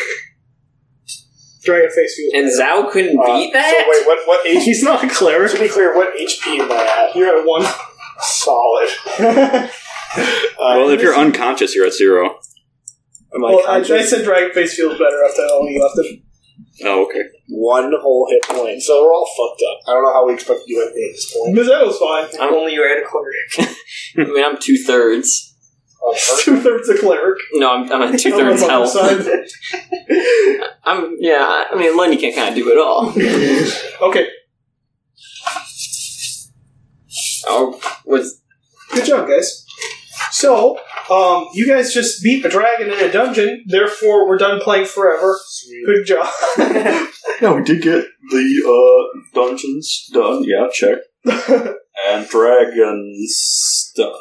Speaker 2: dragonface feels
Speaker 4: And Zhao couldn't
Speaker 7: Uh,
Speaker 4: beat that?
Speaker 7: So wait, what? What HP?
Speaker 2: he's not a cleric
Speaker 7: To be clear, what HP am I at? You're at one. Solid. uh,
Speaker 6: Well,
Speaker 2: Uh,
Speaker 6: if you're unconscious, you're at zero.
Speaker 7: am
Speaker 2: well, I, I said dragonface feels better after oni left him
Speaker 6: Oh, okay.
Speaker 7: one whole hit point, so we're all fucked up. I don't know how we expect to do anything at this point.
Speaker 2: Mizelle's fine
Speaker 4: I'm only you at a quarter. I mean, I'm two thirds.
Speaker 2: Oh,
Speaker 7: Uh,
Speaker 2: two-thirds a cleric
Speaker 4: No, I'm, I'm at two thirds health. I'm, yeah, I mean, Lenny can kind of do it all.
Speaker 2: okay
Speaker 4: Oh, was,
Speaker 2: Good job, guys. So, um, you guys just beat a dragon in a dungeon, therefore we're done playing forever. Good job.
Speaker 6: Yeah, we did get the uh, dungeons done. Yeah, check. and dragon stuff.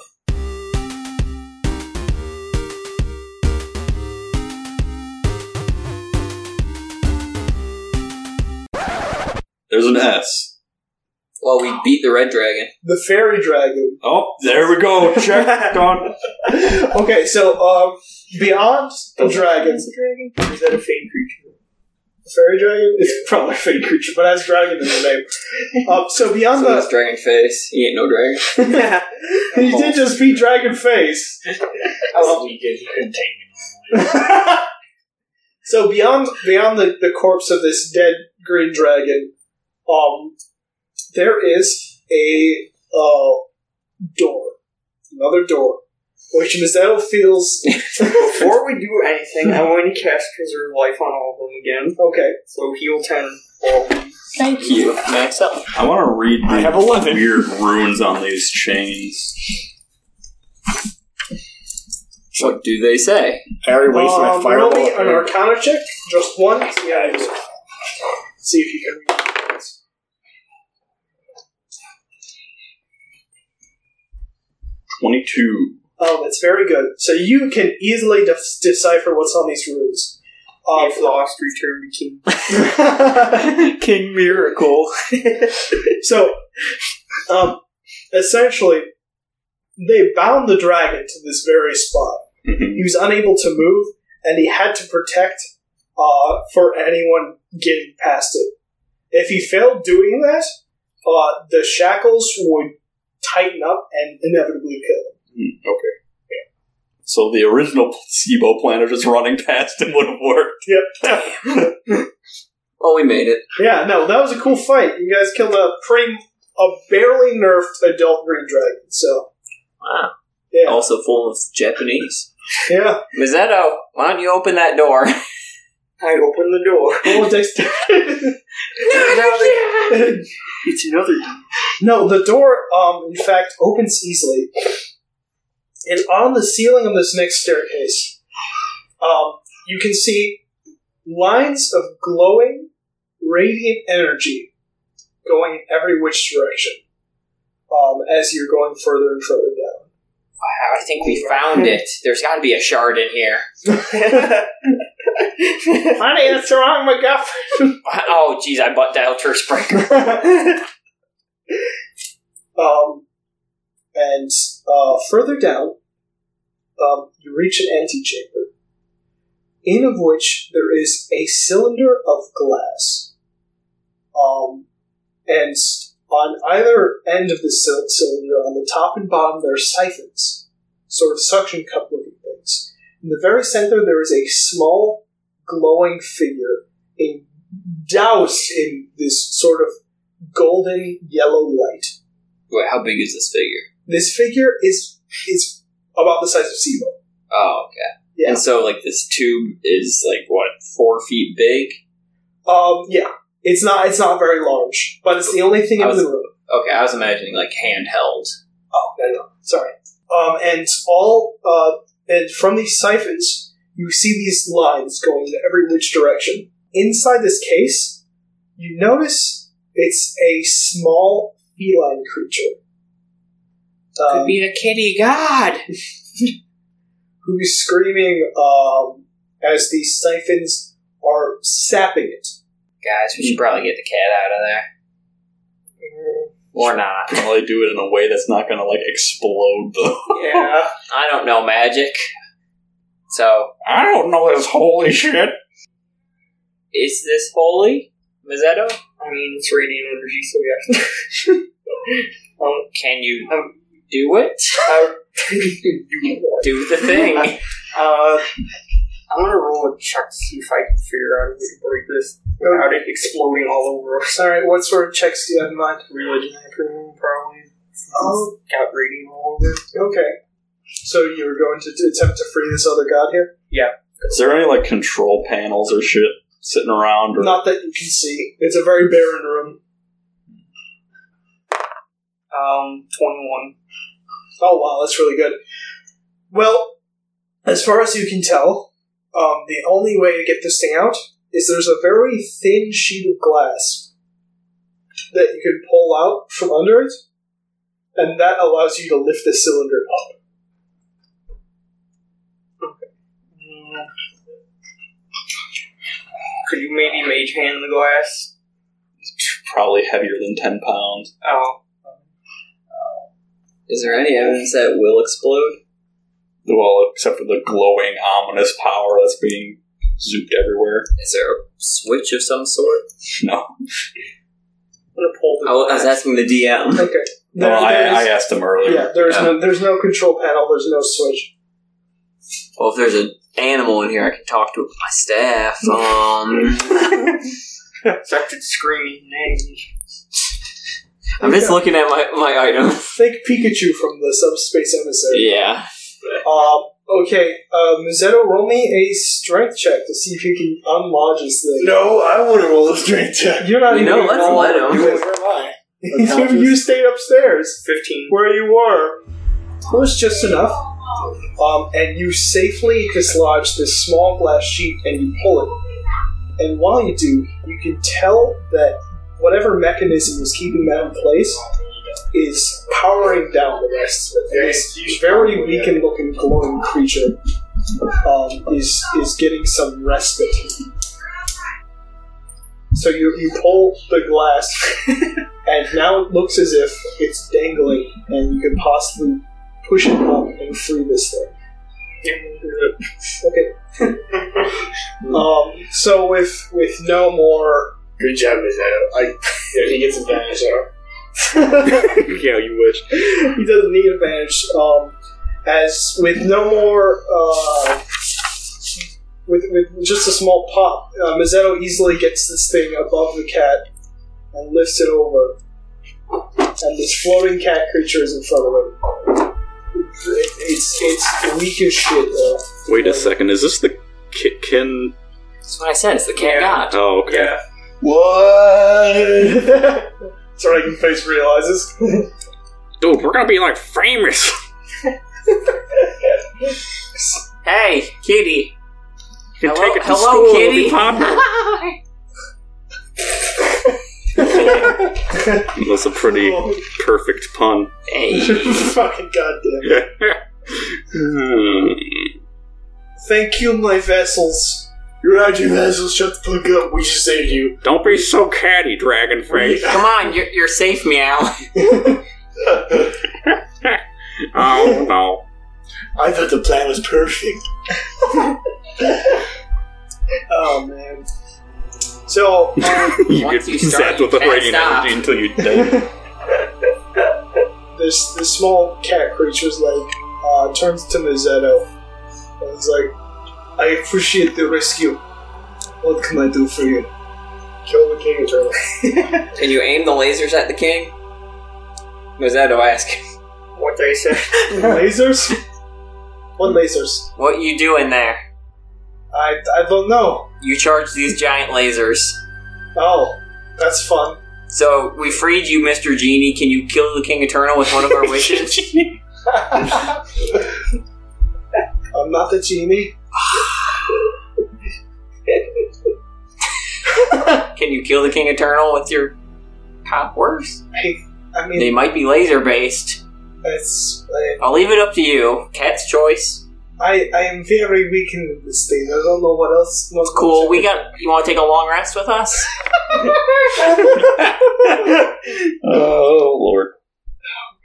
Speaker 6: There's an S.
Speaker 4: well, we beat the red dragon.
Speaker 2: the fairy dragon.
Speaker 6: Oh, there we go. Check done.
Speaker 2: Okay, so um, beyond the dragons,
Speaker 3: Is that a fake creature?
Speaker 2: the fairy dragon is probably a fake creature, but has dragon in the name. Um, so beyond
Speaker 4: So
Speaker 2: the
Speaker 4: that's Dragon Face. He ain't no dragon.
Speaker 2: you did just beat Dragon Face. so beyond beyond the, the corpse of this dead green dragon, um, there is a uh, door, another door, which Mizetto feels
Speaker 3: Before we do anything, I'm going to cast Preserve Life on all of them again.
Speaker 2: okay.
Speaker 3: So heal 10. all of them.
Speaker 4: Thank you. Max up.
Speaker 6: I want to read the
Speaker 7: have 11.
Speaker 6: weird runes on these chains.
Speaker 4: What do they say?
Speaker 7: I already wasted my
Speaker 2: Um, roll
Speaker 7: fireball.
Speaker 2: me an Arcana check, just one. Yeah, see if you can.
Speaker 6: Twenty-two.
Speaker 2: Oh, that's very good. So you can easily def- decipher what's on these runes. Um,
Speaker 3: If lost, return to king.
Speaker 2: King Miracle. so, um, essentially, they bound the dragon to this very spot. He was unable to move, and he had to protect uh, for anyone getting past it. If he failed doing that, uh, the shackles would tighten up and inevitably kill him.
Speaker 6: So the original placebo plan of just running past him would have worked.
Speaker 4: Well, we made it.
Speaker 2: Yeah, no, that was a cool fight. You guys killed a pretty, a barely nerfed adult green dragon. So,
Speaker 4: Wow.
Speaker 2: yeah,
Speaker 4: Also full of Japanese.
Speaker 2: yeah.
Speaker 4: Mazzetto, why don't you open that door?
Speaker 3: I open the door.
Speaker 2: Roll a dexterity.
Speaker 3: It's another.
Speaker 2: No, the door, um, in fact, opens easily. And on the ceiling of this next staircase, um, you can see lines of glowing, radiant energy going in every which direction um, as you're going further and further down.
Speaker 11: Wow, I think we found it. There's got to be a shard in here.
Speaker 2: Honey, that's the wrong MacGuff.
Speaker 11: Oh, geez, I butt dialed Church Breaker.
Speaker 2: Um, and uh, further down, um, you reach an antechamber, in of which there is a cylinder of glass. Um, and on either end of the cyl- cylinder, on the top and bottom, there are siphons, sort of suction cup looking things. In the very center, there is a small, glowing figure, in, doused in this sort of golden yellow light
Speaker 4: Wait, how big is this figure?
Speaker 2: this figure is is about the size of SIBO.
Speaker 4: Oh, okay.
Speaker 2: Yeah.
Speaker 4: And so, like, this tube is, like, what, four feet big?
Speaker 2: Um, yeah, it's not it's not very large, but it's the only thing
Speaker 4: I
Speaker 2: in
Speaker 4: was-
Speaker 2: the room.
Speaker 4: Okay, I was imagining, like, handheld.
Speaker 2: Oh no, no, sorry. Um, and all uh, and from these siphons, you see these lines going in every which direction. Inside this case, you notice it's a small feline creature.
Speaker 11: Could
Speaker 9: Uh,
Speaker 2: Um,
Speaker 11: be a kitty god.
Speaker 2: who's screaming um, as these siphons are sapping it.
Speaker 11: Guys, we should probably get the cat out of there. Or not.
Speaker 12: Probably do it in a way that's not gonna like explode though.
Speaker 9: Yeah.
Speaker 11: I don't know magic. So,
Speaker 10: I don't know this holy shit.
Speaker 11: is this holy? Mazzetto?
Speaker 9: I mean, it's radiant energy, so yeah.
Speaker 11: Um, can you do it? do the thing.
Speaker 9: Uh, I'm gonna roll a check to see if I can figure out a way to break this without it exploding all over us.
Speaker 2: All right, what sort of checks do you have in mind?
Speaker 9: Religion, I presume, probably.
Speaker 2: Oh.
Speaker 9: Got reading all over.
Speaker 2: Okay. So you were going to d- attempt to free this other god here?
Speaker 12: Is there any like control panels or shit sitting around? Or
Speaker 2: Not that you can see. It's a very barren room.
Speaker 9: Um, 21.
Speaker 2: Oh wow, that's really good. Well, as far as you can tell, um, the only way to get this thing out is there's a very thin sheet of glass that you can pull out from under it, and that allows you to lift the cylinder up.
Speaker 9: Could you maybe mage hand the glass?
Speaker 12: probably heavier than ten pounds.
Speaker 9: Oh.
Speaker 4: Is there any evidence that it will explode?
Speaker 12: Well, except for the glowing ominous power that's being zooped everywhere.
Speaker 4: Is there a switch of some sort?
Speaker 12: No,
Speaker 9: I'm gonna pull the
Speaker 4: I was asking the Oh, DM.
Speaker 2: Okay.
Speaker 12: no,
Speaker 2: There-
Speaker 12: I,
Speaker 2: there
Speaker 12: I
Speaker 2: is-
Speaker 12: asked him earlier.
Speaker 2: yeah, there's
Speaker 4: Yeah.
Speaker 2: no there's no control panel, there's no switch.
Speaker 4: Well, if there's an animal in here, I can talk to it with my staff. Um,
Speaker 9: accepted screaming name.
Speaker 4: I'm just looking at my, my item.
Speaker 2: Think Pikachu from the subspace emissary.
Speaker 4: Yeah.
Speaker 2: Um, okay, uh, Mazzetto, roll me a strength check to see if you can unlodge this thing.
Speaker 5: No, I want to roll a strength check.
Speaker 2: You're not
Speaker 4: You
Speaker 2: even
Speaker 4: know, let's
Speaker 2: wrong.
Speaker 4: let him.
Speaker 5: Where am I?
Speaker 2: You- you stayed upstairs
Speaker 9: 15.
Speaker 2: where you were. Was just enough. Um, and you safely dislodge this small glass sheet and you pull it. And while you do, you can tell that whatever mechanism was keeping that in place is powering down the rest of it. And this very weakened looking glowing creature um, is is getting some respite. So you, you pull the glass, and now it looks as if it's dangling, and you could possibly push it up and free this thing. Okay. um, so with with no more,
Speaker 5: Good job, Mizato. I yeah, he gets advantage out.
Speaker 6: yeah, you wish.
Speaker 2: he doesn't need advantage. Um, as with no more, uh, with with just a small pop, uh, Mazzetto easily gets this thing above the cat and lifts it over, and this floating cat creature is in front of him. It- It's it's weak as shit though.
Speaker 6: Wait a second, is this the ki- kin?
Speaker 11: That's what I said. It's the cat god.
Speaker 6: Oh, okay.
Speaker 5: What?
Speaker 2: Dragonface realizes.
Speaker 6: Dude, we're gonna be like famous.
Speaker 11: Hey, kitty.
Speaker 6: You can
Speaker 11: Hello-
Speaker 6: take it to
Speaker 11: hello,
Speaker 6: school. It'll be
Speaker 11: kitty.
Speaker 6: popular.
Speaker 13: That's a pretty
Speaker 6: Oh.
Speaker 13: perfect pun.
Speaker 2: Fucking goddamn.
Speaker 13: Hmm.
Speaker 2: Thank you, my vessels. You're not your vessels. Shut the fuck up. We just saved you.
Speaker 6: Don't be so catty, Dragonface.
Speaker 11: Come on, you're, you're safe, meow.
Speaker 6: Oh no.
Speaker 2: I thought the plan was perfect. oh man. So
Speaker 13: You
Speaker 11: Once
Speaker 13: get
Speaker 11: you start,
Speaker 13: zapped
Speaker 11: you
Speaker 13: with the
Speaker 11: can't
Speaker 13: radiant
Speaker 11: stop.
Speaker 13: energy until you're dead.
Speaker 2: this this small cat creature's like uh, turns to Mazzetto and is like, "I appreciate the rescue. What can I do for you? Kill the king turtle."
Speaker 4: Can you aim the lasers at the king? Was that to ask?
Speaker 3: What they said.
Speaker 2: lasers? What lasers?
Speaker 11: What you doing there?
Speaker 2: I I don't know.
Speaker 11: You charge these giant lasers.
Speaker 2: Oh, that's fun.
Speaker 11: So we freed you, Mr. Genie. Can you kill the King Eternal with one of our wishes?
Speaker 2: I'm not the genie.
Speaker 11: Can you kill the King Eternal with your powers?
Speaker 2: I mean,
Speaker 11: They might be laser based.
Speaker 2: it's I,
Speaker 11: I'll leave it up to you. Cat's choice.
Speaker 2: I I am very weak in this thing. I don't know what else. What
Speaker 11: Cool. We got. You want to take a long rest with us?
Speaker 6: Oh lord.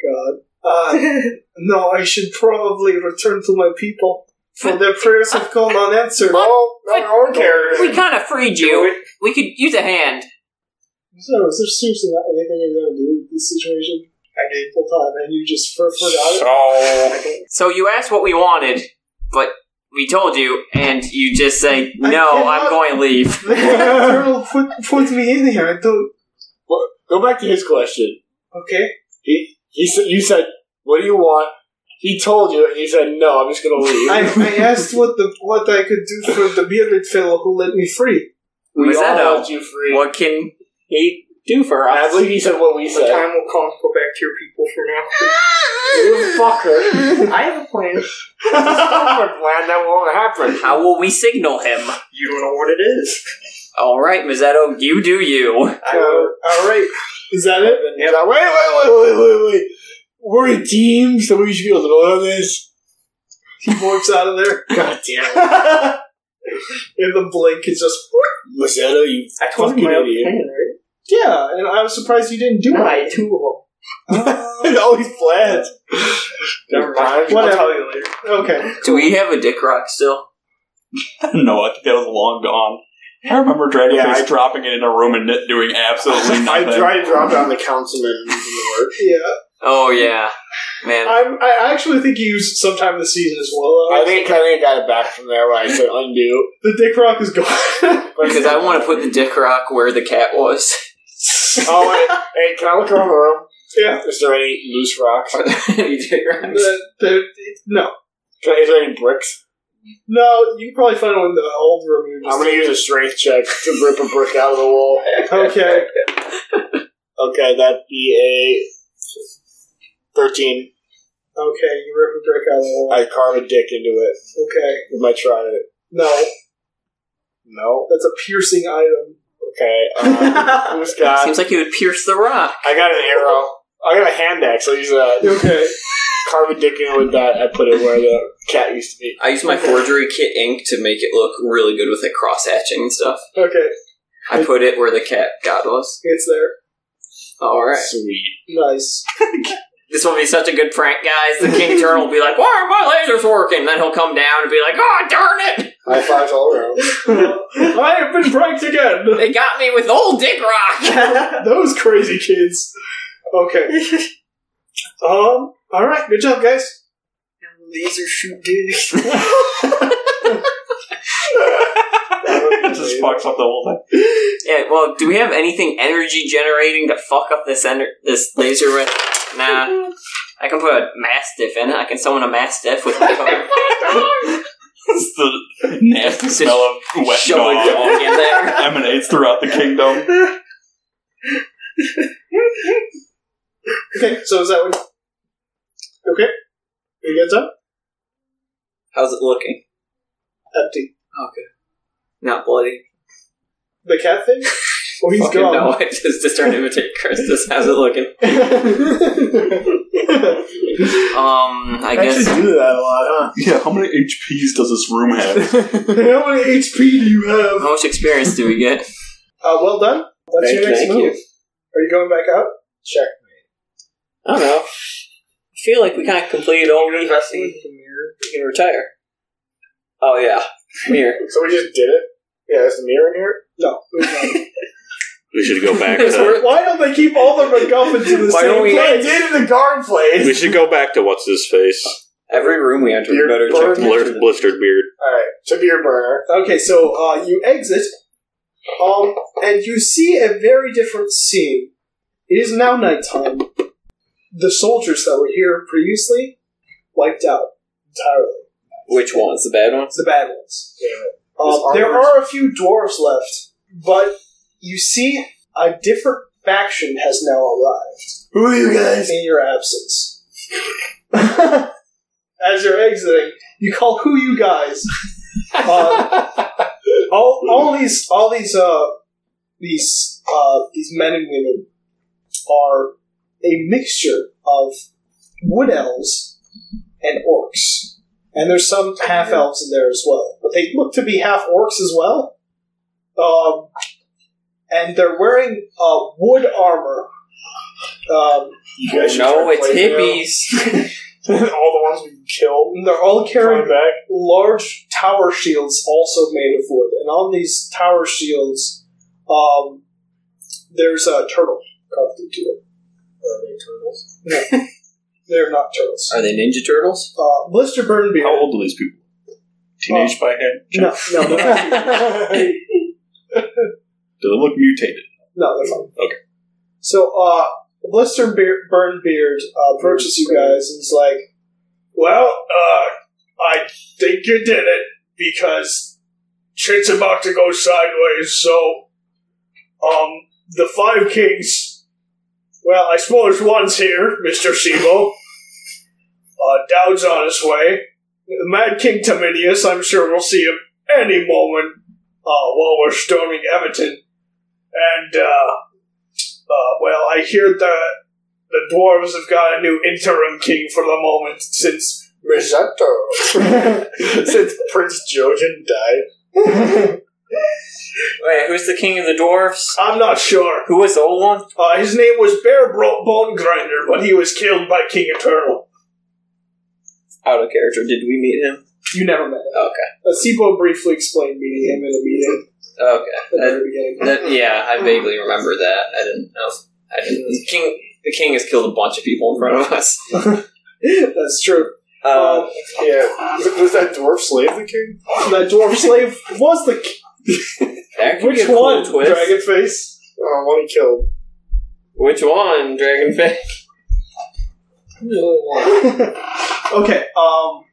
Speaker 2: God. Uh, no, I should probably return to my people, for their prayers have gone unanswered.
Speaker 11: Well,
Speaker 2: I don't
Speaker 11: We kind of freed you. We could use a hand.
Speaker 2: So, is there seriously not anything you're gonna do with this situation? I gave full time, and you just for- forgot it.
Speaker 6: So
Speaker 11: So you asked what we wanted, but we told you, and you just say
Speaker 2: I
Speaker 11: no.
Speaker 2: cannot-
Speaker 11: I'm going to leave.
Speaker 2: The turtle put put me in here. I don't.
Speaker 7: Go back to his question.
Speaker 2: Okay.
Speaker 7: He he said you said what do you want? He told you and you said no. I'm just gonna leave.
Speaker 2: I, I asked what the what I could do for the bearded fellow who let me free.
Speaker 7: we all
Speaker 11: Mazzetto,
Speaker 7: want you free.
Speaker 11: What can he do for
Speaker 7: I
Speaker 11: us?
Speaker 7: believe he said what we
Speaker 3: The
Speaker 7: said.
Speaker 3: time will come. Go back to your people for now.
Speaker 7: You fucker.
Speaker 3: I have a plan.
Speaker 7: Our plan that won't happen.
Speaker 11: How will we signal him?
Speaker 3: You don't know what it is.
Speaker 11: All right, Mazzetto, you do you.
Speaker 2: Uh, all right, is that it?
Speaker 7: He's like, wait, wait, wait, wait, wait, wait. We're a team, so we should be able to vote on this.
Speaker 2: He walks out of there.
Speaker 7: God damn it.
Speaker 2: In the blink, it's just
Speaker 7: Mazzetto, you
Speaker 3: I told
Speaker 7: fucking
Speaker 3: you my other
Speaker 7: idiot.
Speaker 3: plan, right?
Speaker 2: yeah. And I was surprised you didn't do
Speaker 3: No, I
Speaker 2: it.
Speaker 3: had two of them.
Speaker 7: It always plans.
Speaker 3: Never mind. I'll
Speaker 2: Whatever.
Speaker 3: tell you later.
Speaker 2: Okay.
Speaker 11: Do we have a dick rock still?
Speaker 6: no, I think that was long gone. I remember Dragonface
Speaker 7: Yeah, I-
Speaker 6: dropping it in a room and n- doing absolutely
Speaker 7: I
Speaker 6: nothing.
Speaker 7: tried to drop it on the councilman. it didn't work.
Speaker 2: Yeah.
Speaker 11: Oh yeah, man.
Speaker 2: I'm, I actually think you used sometime this season as well. Uh,
Speaker 7: I think I think I got it back from there when I said undo.
Speaker 2: the dick rock is gone.
Speaker 7: But-
Speaker 11: Because I want to put the dick rock where the cat was.
Speaker 7: Oh wait, hey, can I look around the room?
Speaker 2: yeah.
Speaker 7: Is there any loose rocks? Can-
Speaker 11: Any dick rocks?
Speaker 2: The, the, no.
Speaker 7: Is there any bricks?
Speaker 2: No, you can probably find one in the old room. You're
Speaker 7: I'm
Speaker 2: just,
Speaker 7: gonna use a strength check to rip a brick out of the wall.
Speaker 2: okay.
Speaker 7: Okay, that'd be a thirteen.
Speaker 2: Okay, you rip a brick out of the wall.
Speaker 7: I carve a dick into it
Speaker 2: Okay.
Speaker 7: with my trident.
Speaker 2: No,
Speaker 7: No.
Speaker 2: that's a piercing item.
Speaker 7: Okay. Um, who's got?
Speaker 11: Seems like you would pierce the rock.
Speaker 7: I got an arrow. I got a hand axe. I use that.
Speaker 2: Okay.
Speaker 7: Carve a dick in with that. I put it where the cat used to be.
Speaker 4: I used my forgery kit ink to make it look really good with the cross hatching and stuff.
Speaker 2: Okay.
Speaker 4: I put it where the cat god was.
Speaker 2: It's there.
Speaker 4: All right.
Speaker 7: Sweet.
Speaker 2: Nice.
Speaker 11: This will be such a good prank, guys. The King Turtle will be like, "Why are my lasers working?" Then he'll come down and be like, "Oh darn it!
Speaker 7: High fives all around.
Speaker 2: I have been pranked again.
Speaker 11: They got me with old dick rock."
Speaker 2: Those crazy kids. Okay. um. All right. Good job, guys.
Speaker 3: Laser shoot dicks.
Speaker 6: It just fucks up the whole thing.
Speaker 11: yeah. Well, do we have anything energy generating to fuck up this ender- this laser? Re- nah. I can put a mastiff in it. I can summon a mastiff with my phone.
Speaker 6: It's the nasty smell of wet
Speaker 11: Shove a
Speaker 6: dog
Speaker 11: dog in there.
Speaker 6: emanates throughout the kingdom.
Speaker 2: Okay, so is that what? Okay, you guys up?
Speaker 4: How's it looking?
Speaker 2: Empty.
Speaker 4: Okay. Not bloody.
Speaker 2: The cat thing? Oh, he's
Speaker 4: Fucking
Speaker 2: gone.
Speaker 4: no, I just, just turned into Christus. How's it looking? Um, I guess
Speaker 11: do that a lot, huh?
Speaker 14: Yeah, how many HPs does this room have?
Speaker 2: How many HP do you have?
Speaker 4: how much experience do we get?
Speaker 2: Uh, well done. That's your next move. Are you going back out? Check.
Speaker 15: I don't know. I feel like we kind of completed all the investing. We can retire. Oh yeah, mirror.
Speaker 11: So we just did it. Yeah, is the mirror in here?
Speaker 2: No. it's not.
Speaker 6: We should go back to.
Speaker 2: Why don't they keep all the MacGuffins in the
Speaker 4: Why
Speaker 2: same
Speaker 4: don't we-
Speaker 2: place?
Speaker 11: They did in the guard place.
Speaker 6: We should go back to what's his face,
Speaker 4: Every room we enter, we
Speaker 11: You're
Speaker 4: better check.
Speaker 11: burning.
Speaker 4: the
Speaker 6: Blir- blistered beard.
Speaker 11: All right, to beer burner.
Speaker 2: Okay, so uh, you exit, um, and you see a very different scene. It is now nighttime. The soldiers that were here previously wiped out entirely.
Speaker 4: Which ones? The bad ones?
Speaker 2: It's the bad ones.
Speaker 11: His
Speaker 2: Um, there
Speaker 11: armor
Speaker 2: are a few dwarves left, but you see a different faction has now arrived
Speaker 16: Who are you guys?
Speaker 2: in your absence. As you're exiting, you call who you guys. Uh, all, all these, all these, uh, these, uh, these men and women are a mixture of wood elves and orcs, and there's some half elves in there as well. But they look to be half orcs as well. Um, and they're wearing uh, wood armor. Um,
Speaker 11: You guys should
Speaker 4: No,
Speaker 11: try to
Speaker 4: it's
Speaker 11: play now.
Speaker 4: hippies.
Speaker 11: All the ones we killed.
Speaker 2: And they're all
Speaker 11: Coming
Speaker 2: carrying
Speaker 11: back.
Speaker 2: large tower shields also made of wood. And on these tower shields, um, there's a turtle carved into it. Are they turtles? No. They're not turtles.
Speaker 4: Are they Ninja Turtles?
Speaker 2: Uh, Blister Burnbeard.
Speaker 14: How old are these people?
Speaker 17: Uh,
Speaker 14: Teenage by hand?
Speaker 2: No, no, they're not.
Speaker 14: Do they look mutated?
Speaker 2: no, they're fine.
Speaker 14: Okay.
Speaker 2: So, uh, Blister Beard, Burnbeard uh, approaches you guys and is like,
Speaker 17: Well, uh, I think you did it because shit's about to go sideways. So, um, the five kings. Well, I suppose one's here, Mister Sebo. Uh, Dowd's on his way. The Mad King Taminius, I'm sure we'll see him any moment uh, while we're storming Everton. And, uh, uh, well, I hear the the dwarves have got a new interim king for the moment since
Speaker 11: Risotto. Since Prince Jojen died.
Speaker 4: Wait, who's the king of the dwarves?
Speaker 17: I'm not sure.
Speaker 4: Who was the old one?
Speaker 17: Uh, his name was Bear Bro- Bone Grinder, but he was killed by King Eternal.
Speaker 4: Out of character. Did we meet him?
Speaker 2: you never met him.
Speaker 4: Okay.
Speaker 2: Uh, Sibo briefly explained meeting him in a meeting at the
Speaker 4: Okay.
Speaker 2: very beginning.
Speaker 4: That, that, yeah, I vaguely remember that. I didn't know. I didn't. The king, the king has killed a bunch of people in front of us.
Speaker 2: That's true.
Speaker 4: Uh,
Speaker 11: Yeah. Was, was that dwarf slave the king?
Speaker 2: That dwarf slave was the
Speaker 4: that could be
Speaker 2: which
Speaker 4: a cool
Speaker 2: one?
Speaker 4: Twist.
Speaker 2: Dragon face.
Speaker 11: Oh, one he killed.
Speaker 4: Which one? Dragonfish.
Speaker 2: okay. Um.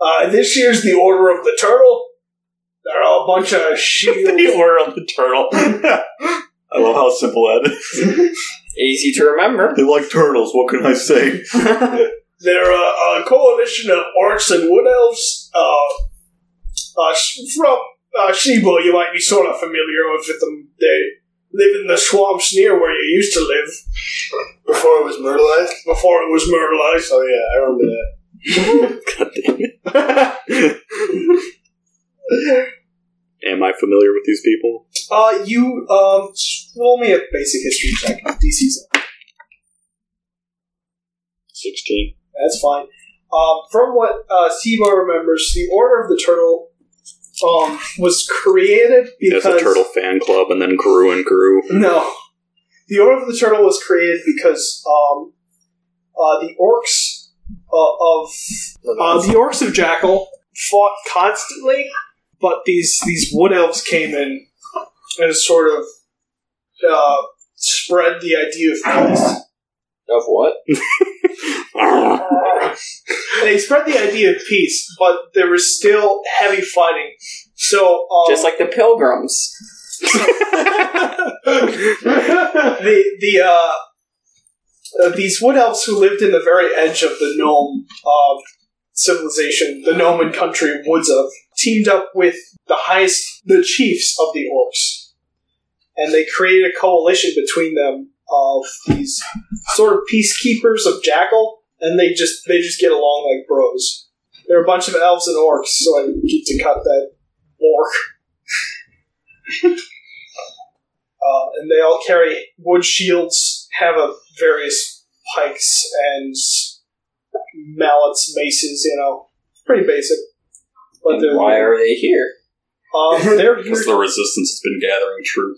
Speaker 17: Uh, this year's the Order of the Turtle. They're all a bunch of
Speaker 14: the
Speaker 17: shield.
Speaker 14: order of the turtle. I love how simple that is.
Speaker 4: Easy to remember.
Speaker 14: They like turtles, what can I say?
Speaker 17: They're a, a coalition of orcs and wood elves. Uh, uh, sh- from uh, Shebo, you might be sort of familiar with them. They live in the swamps near where you used to live
Speaker 11: Before it was murderized?
Speaker 17: before it was murderized.
Speaker 11: Oh, yeah, I remember that.
Speaker 6: God damn it. Am I familiar with these people?
Speaker 2: Uh, you um roll me a basic history check. DC's up.
Speaker 6: 16.
Speaker 2: That's fine. Um, from what uh, Sibo remembers, the Order of the Turtle um was created because
Speaker 6: As a turtle fan club and then grew and grew.
Speaker 2: No. The Order of the Turtle was created because um, uh, the orcs uh, of uh, the orcs of Jackal fought constantly, but these these wood elves came in and sort of uh, spread the idea of peace.
Speaker 4: Of what?
Speaker 2: They spread the idea of peace, but there was still heavy fighting. So um,
Speaker 4: Just like the pilgrims.
Speaker 2: the the uh, uh, these wood elves who lived in the very edge of the gnome uh, civilization, the gnome and country woods of, teamed up with the highest the chiefs of the orcs, and they created a coalition between them of these sort of peacekeepers of Jackal, and they just they just get along like bros. There are a bunch of elves and orcs, so I get to cut that orc. Uh, and they all carry wood shields, have a various pikes and mallets, maces. You know, it's pretty basic. But
Speaker 11: And
Speaker 2: they're
Speaker 11: why are they here?
Speaker 2: um, they're here
Speaker 12: Because the resistance has been gathering troop.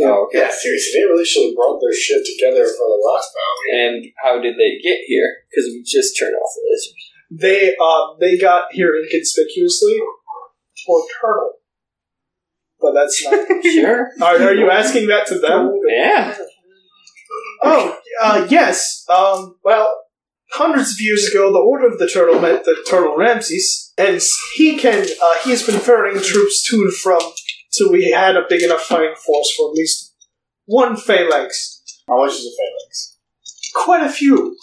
Speaker 11: Oh, okay.
Speaker 7: Yeah, seriously, they really should have brought their shit together for the last battle.
Speaker 11: And how did they get here? Because we just turned off the lizard.
Speaker 2: they uh, they got here inconspicuously for Colonel. But that's not.
Speaker 11: Sure.
Speaker 2: Oh, are, are you asking that to them?
Speaker 11: Yeah.
Speaker 2: Oh, uh, yes. Um, well, hundreds of years ago, the Order of the Turtle met the Turtle Ramses, and he can uh, he has been ferrying troops to and from till we had a big enough fighting force for at least one phalanx.
Speaker 7: How much is a phalanx?
Speaker 2: Quite a few.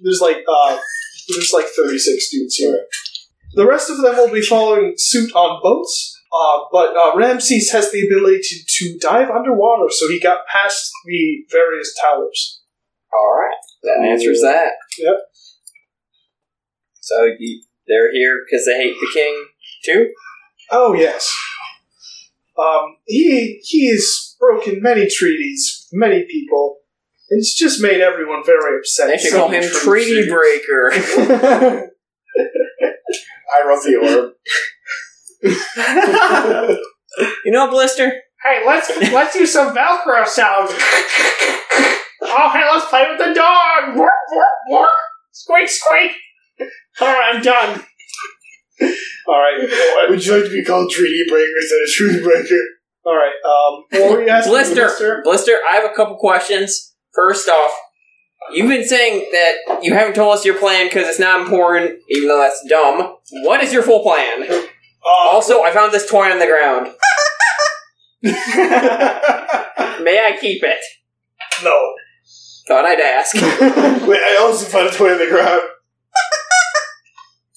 Speaker 2: There's like uh, there's like thirty six dudes here. The rest of them will be following suit on boats. Uh, but uh, Ramses has the ability to, to dive underwater, so he got past the various towers.
Speaker 11: All right. That answers that.
Speaker 2: Yep.
Speaker 11: So you, they're here because they hate the king too.
Speaker 2: Oh yes. Um, he he has broken many treaties, many people. and It's just made everyone very upset.
Speaker 11: They should
Speaker 2: So
Speaker 11: call him Treaty Breaker.
Speaker 7: I rub the orb.
Speaker 11: you know, Blister.
Speaker 5: Hey, let's let's do some Velcro sounds. oh, hey, let's play with the dog. Bark, bark, bark. Squeak, squeak. All right, I'm done.
Speaker 2: All right,
Speaker 7: Would you like to be called Treaty Breaker instead of Truth Breaker?
Speaker 2: all right. Um, what were you asking,
Speaker 11: Blister,
Speaker 2: Mister?
Speaker 11: Blister. I have a couple questions. First off, you've been saying that you haven't told us your plan because it's not important, even though that's dumb. What is your full plan? also, I found this toy on the ground. May I keep it?
Speaker 2: Uh, No.
Speaker 11: Thought I'd ask.
Speaker 7: Wait, I also found a toy in the ground.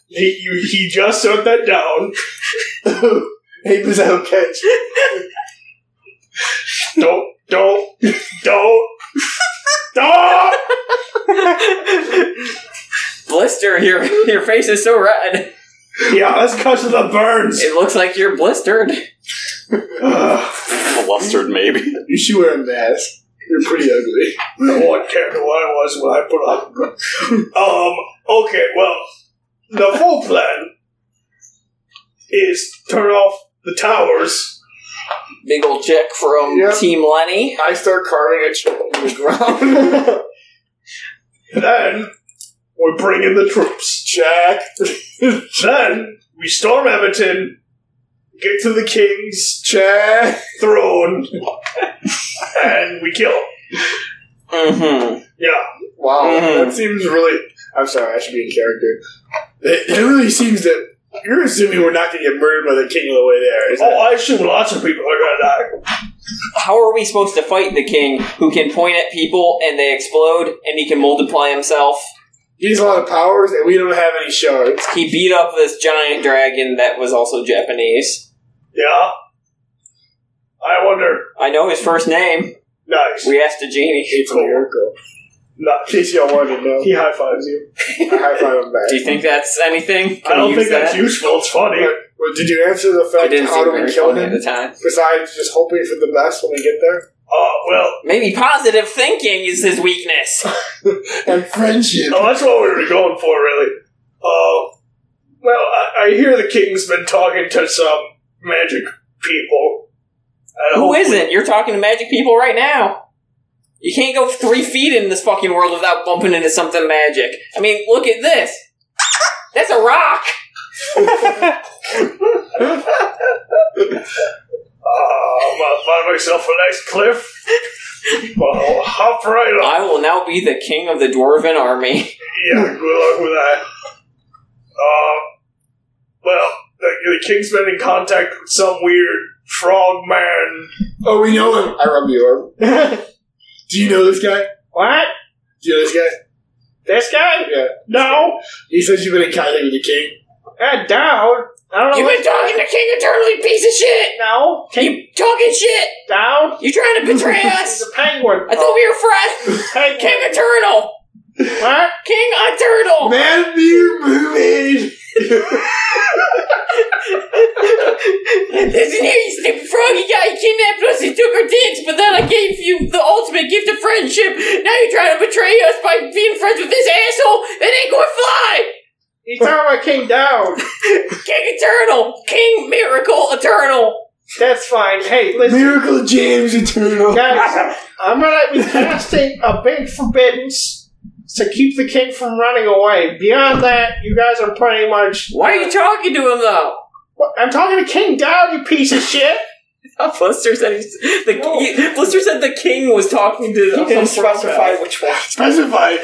Speaker 2: He you, he just took that down.
Speaker 7: hey, was that okay?
Speaker 2: Don't don't don't don't.
Speaker 11: blister, your your face is so red.
Speaker 2: Yeah, that's because of the burns.
Speaker 11: It looks like you're blistered.
Speaker 12: Flustered, maybe.
Speaker 7: You should wear a mask. You're pretty ugly.
Speaker 2: No one cared who I was when I put on. um, okay, well, the full plan is turn off the towers.
Speaker 11: Big old chick from
Speaker 7: Yep.
Speaker 11: Team Lenny.
Speaker 7: I start carving a chip in the ground.
Speaker 2: Then we bring in the troops. Jack. then we storm Everton, get to the king's
Speaker 7: Jack.
Speaker 2: throne, and we kill him.
Speaker 11: Mm-hmm.
Speaker 2: Yeah.
Speaker 7: Wow,
Speaker 11: Mhm.
Speaker 7: that seems really. I'm sorry, I should be in character. It, it really seems that you're assuming we're not going to get murdered by the king on the way there. Is
Speaker 2: Oh, I assume lots of people are gonna die.
Speaker 11: How are we supposed to fight the king who can point at people and they explode and he can multiply himself?
Speaker 7: He has a lot of powers, and we don't have any shards.
Speaker 11: He beat up this giant dragon that was also Japanese.
Speaker 2: Yeah. I wonder.
Speaker 11: I know his first name.
Speaker 2: Nice.
Speaker 11: We asked a genie.
Speaker 7: It's a miracle. In
Speaker 2: nice.
Speaker 7: case y'all wanted to know,
Speaker 2: He high fives you.
Speaker 7: I high five him back.
Speaker 11: Do you think that's anything? Can
Speaker 2: I don't
Speaker 11: we use
Speaker 2: think that's
Speaker 11: that?
Speaker 2: useful. It's funny.
Speaker 7: But, but did you answer the
Speaker 11: It
Speaker 7: fact
Speaker 11: didn't
Speaker 7: how
Speaker 11: seem
Speaker 7: do
Speaker 11: very
Speaker 7: we kill
Speaker 11: funny at
Speaker 7: him?
Speaker 11: the time.
Speaker 7: Besides just hoping for the best when we get there?
Speaker 2: Uh, well,
Speaker 11: Maybe positive thinking is his weakness.
Speaker 7: And friendship.
Speaker 2: oh, that's what we were going for, really. Uh, well, I, I hear the king's been talking to some magic people. And
Speaker 11: Who
Speaker 2: hopefully-
Speaker 11: isn't? You're talking to magic people right now. You can't go three feet in this fucking world without bumping into something magic. I mean, look at this. That's a rock.
Speaker 2: Oh, I'm gonna find myself a nice cliff. well, hop right up.
Speaker 11: I will now be the king of the dwarven army.
Speaker 2: Yeah, good luck with that. Uh, well,
Speaker 3: the, the king's been in contact with some weird frog man.
Speaker 2: Oh, we know him. I rub your arm. Do you know this guy?
Speaker 3: What?
Speaker 2: Do you know this guy?
Speaker 3: This guy?
Speaker 2: Yeah.
Speaker 3: No.
Speaker 2: He says you've been in contact with the king.
Speaker 3: I doubt. I don't know.
Speaker 4: You've
Speaker 3: what-
Speaker 4: been talking to King Eternally, piece of shit!
Speaker 3: No. King
Speaker 4: You talking shit!
Speaker 3: down.
Speaker 4: You trying to betray
Speaker 3: He's
Speaker 4: us!
Speaker 3: a penguin.
Speaker 4: I thought we were friends!
Speaker 3: Penguin.
Speaker 4: King Eternal!
Speaker 3: What?
Speaker 4: King Eternal!
Speaker 2: Man of movie!
Speaker 4: Listen here, you stupid frog, you got you kidnapped us and took our dicks, but then I gave you the ultimate gift of friendship. Now you're trying to betray us by being friends with this asshole that ain't gonna fly!
Speaker 3: He's talking about King down.
Speaker 4: King Eternal! King Miracle Eternal!
Speaker 3: That's fine. Hey, listen.
Speaker 2: Miracle James Eternal.
Speaker 3: Guys, I'm gonna be casting a big forbiddance to keep the king from running away. Beyond that, you guys are pretty much.
Speaker 4: Why are you talking to him though?
Speaker 3: What? I'm talking to King Down, you piece of shit.
Speaker 4: Blister said he's, the he- Blister said the king was talking to
Speaker 11: He
Speaker 4: some
Speaker 11: didn't
Speaker 4: frog
Speaker 11: specify
Speaker 4: guy.
Speaker 11: which one.
Speaker 2: Specify.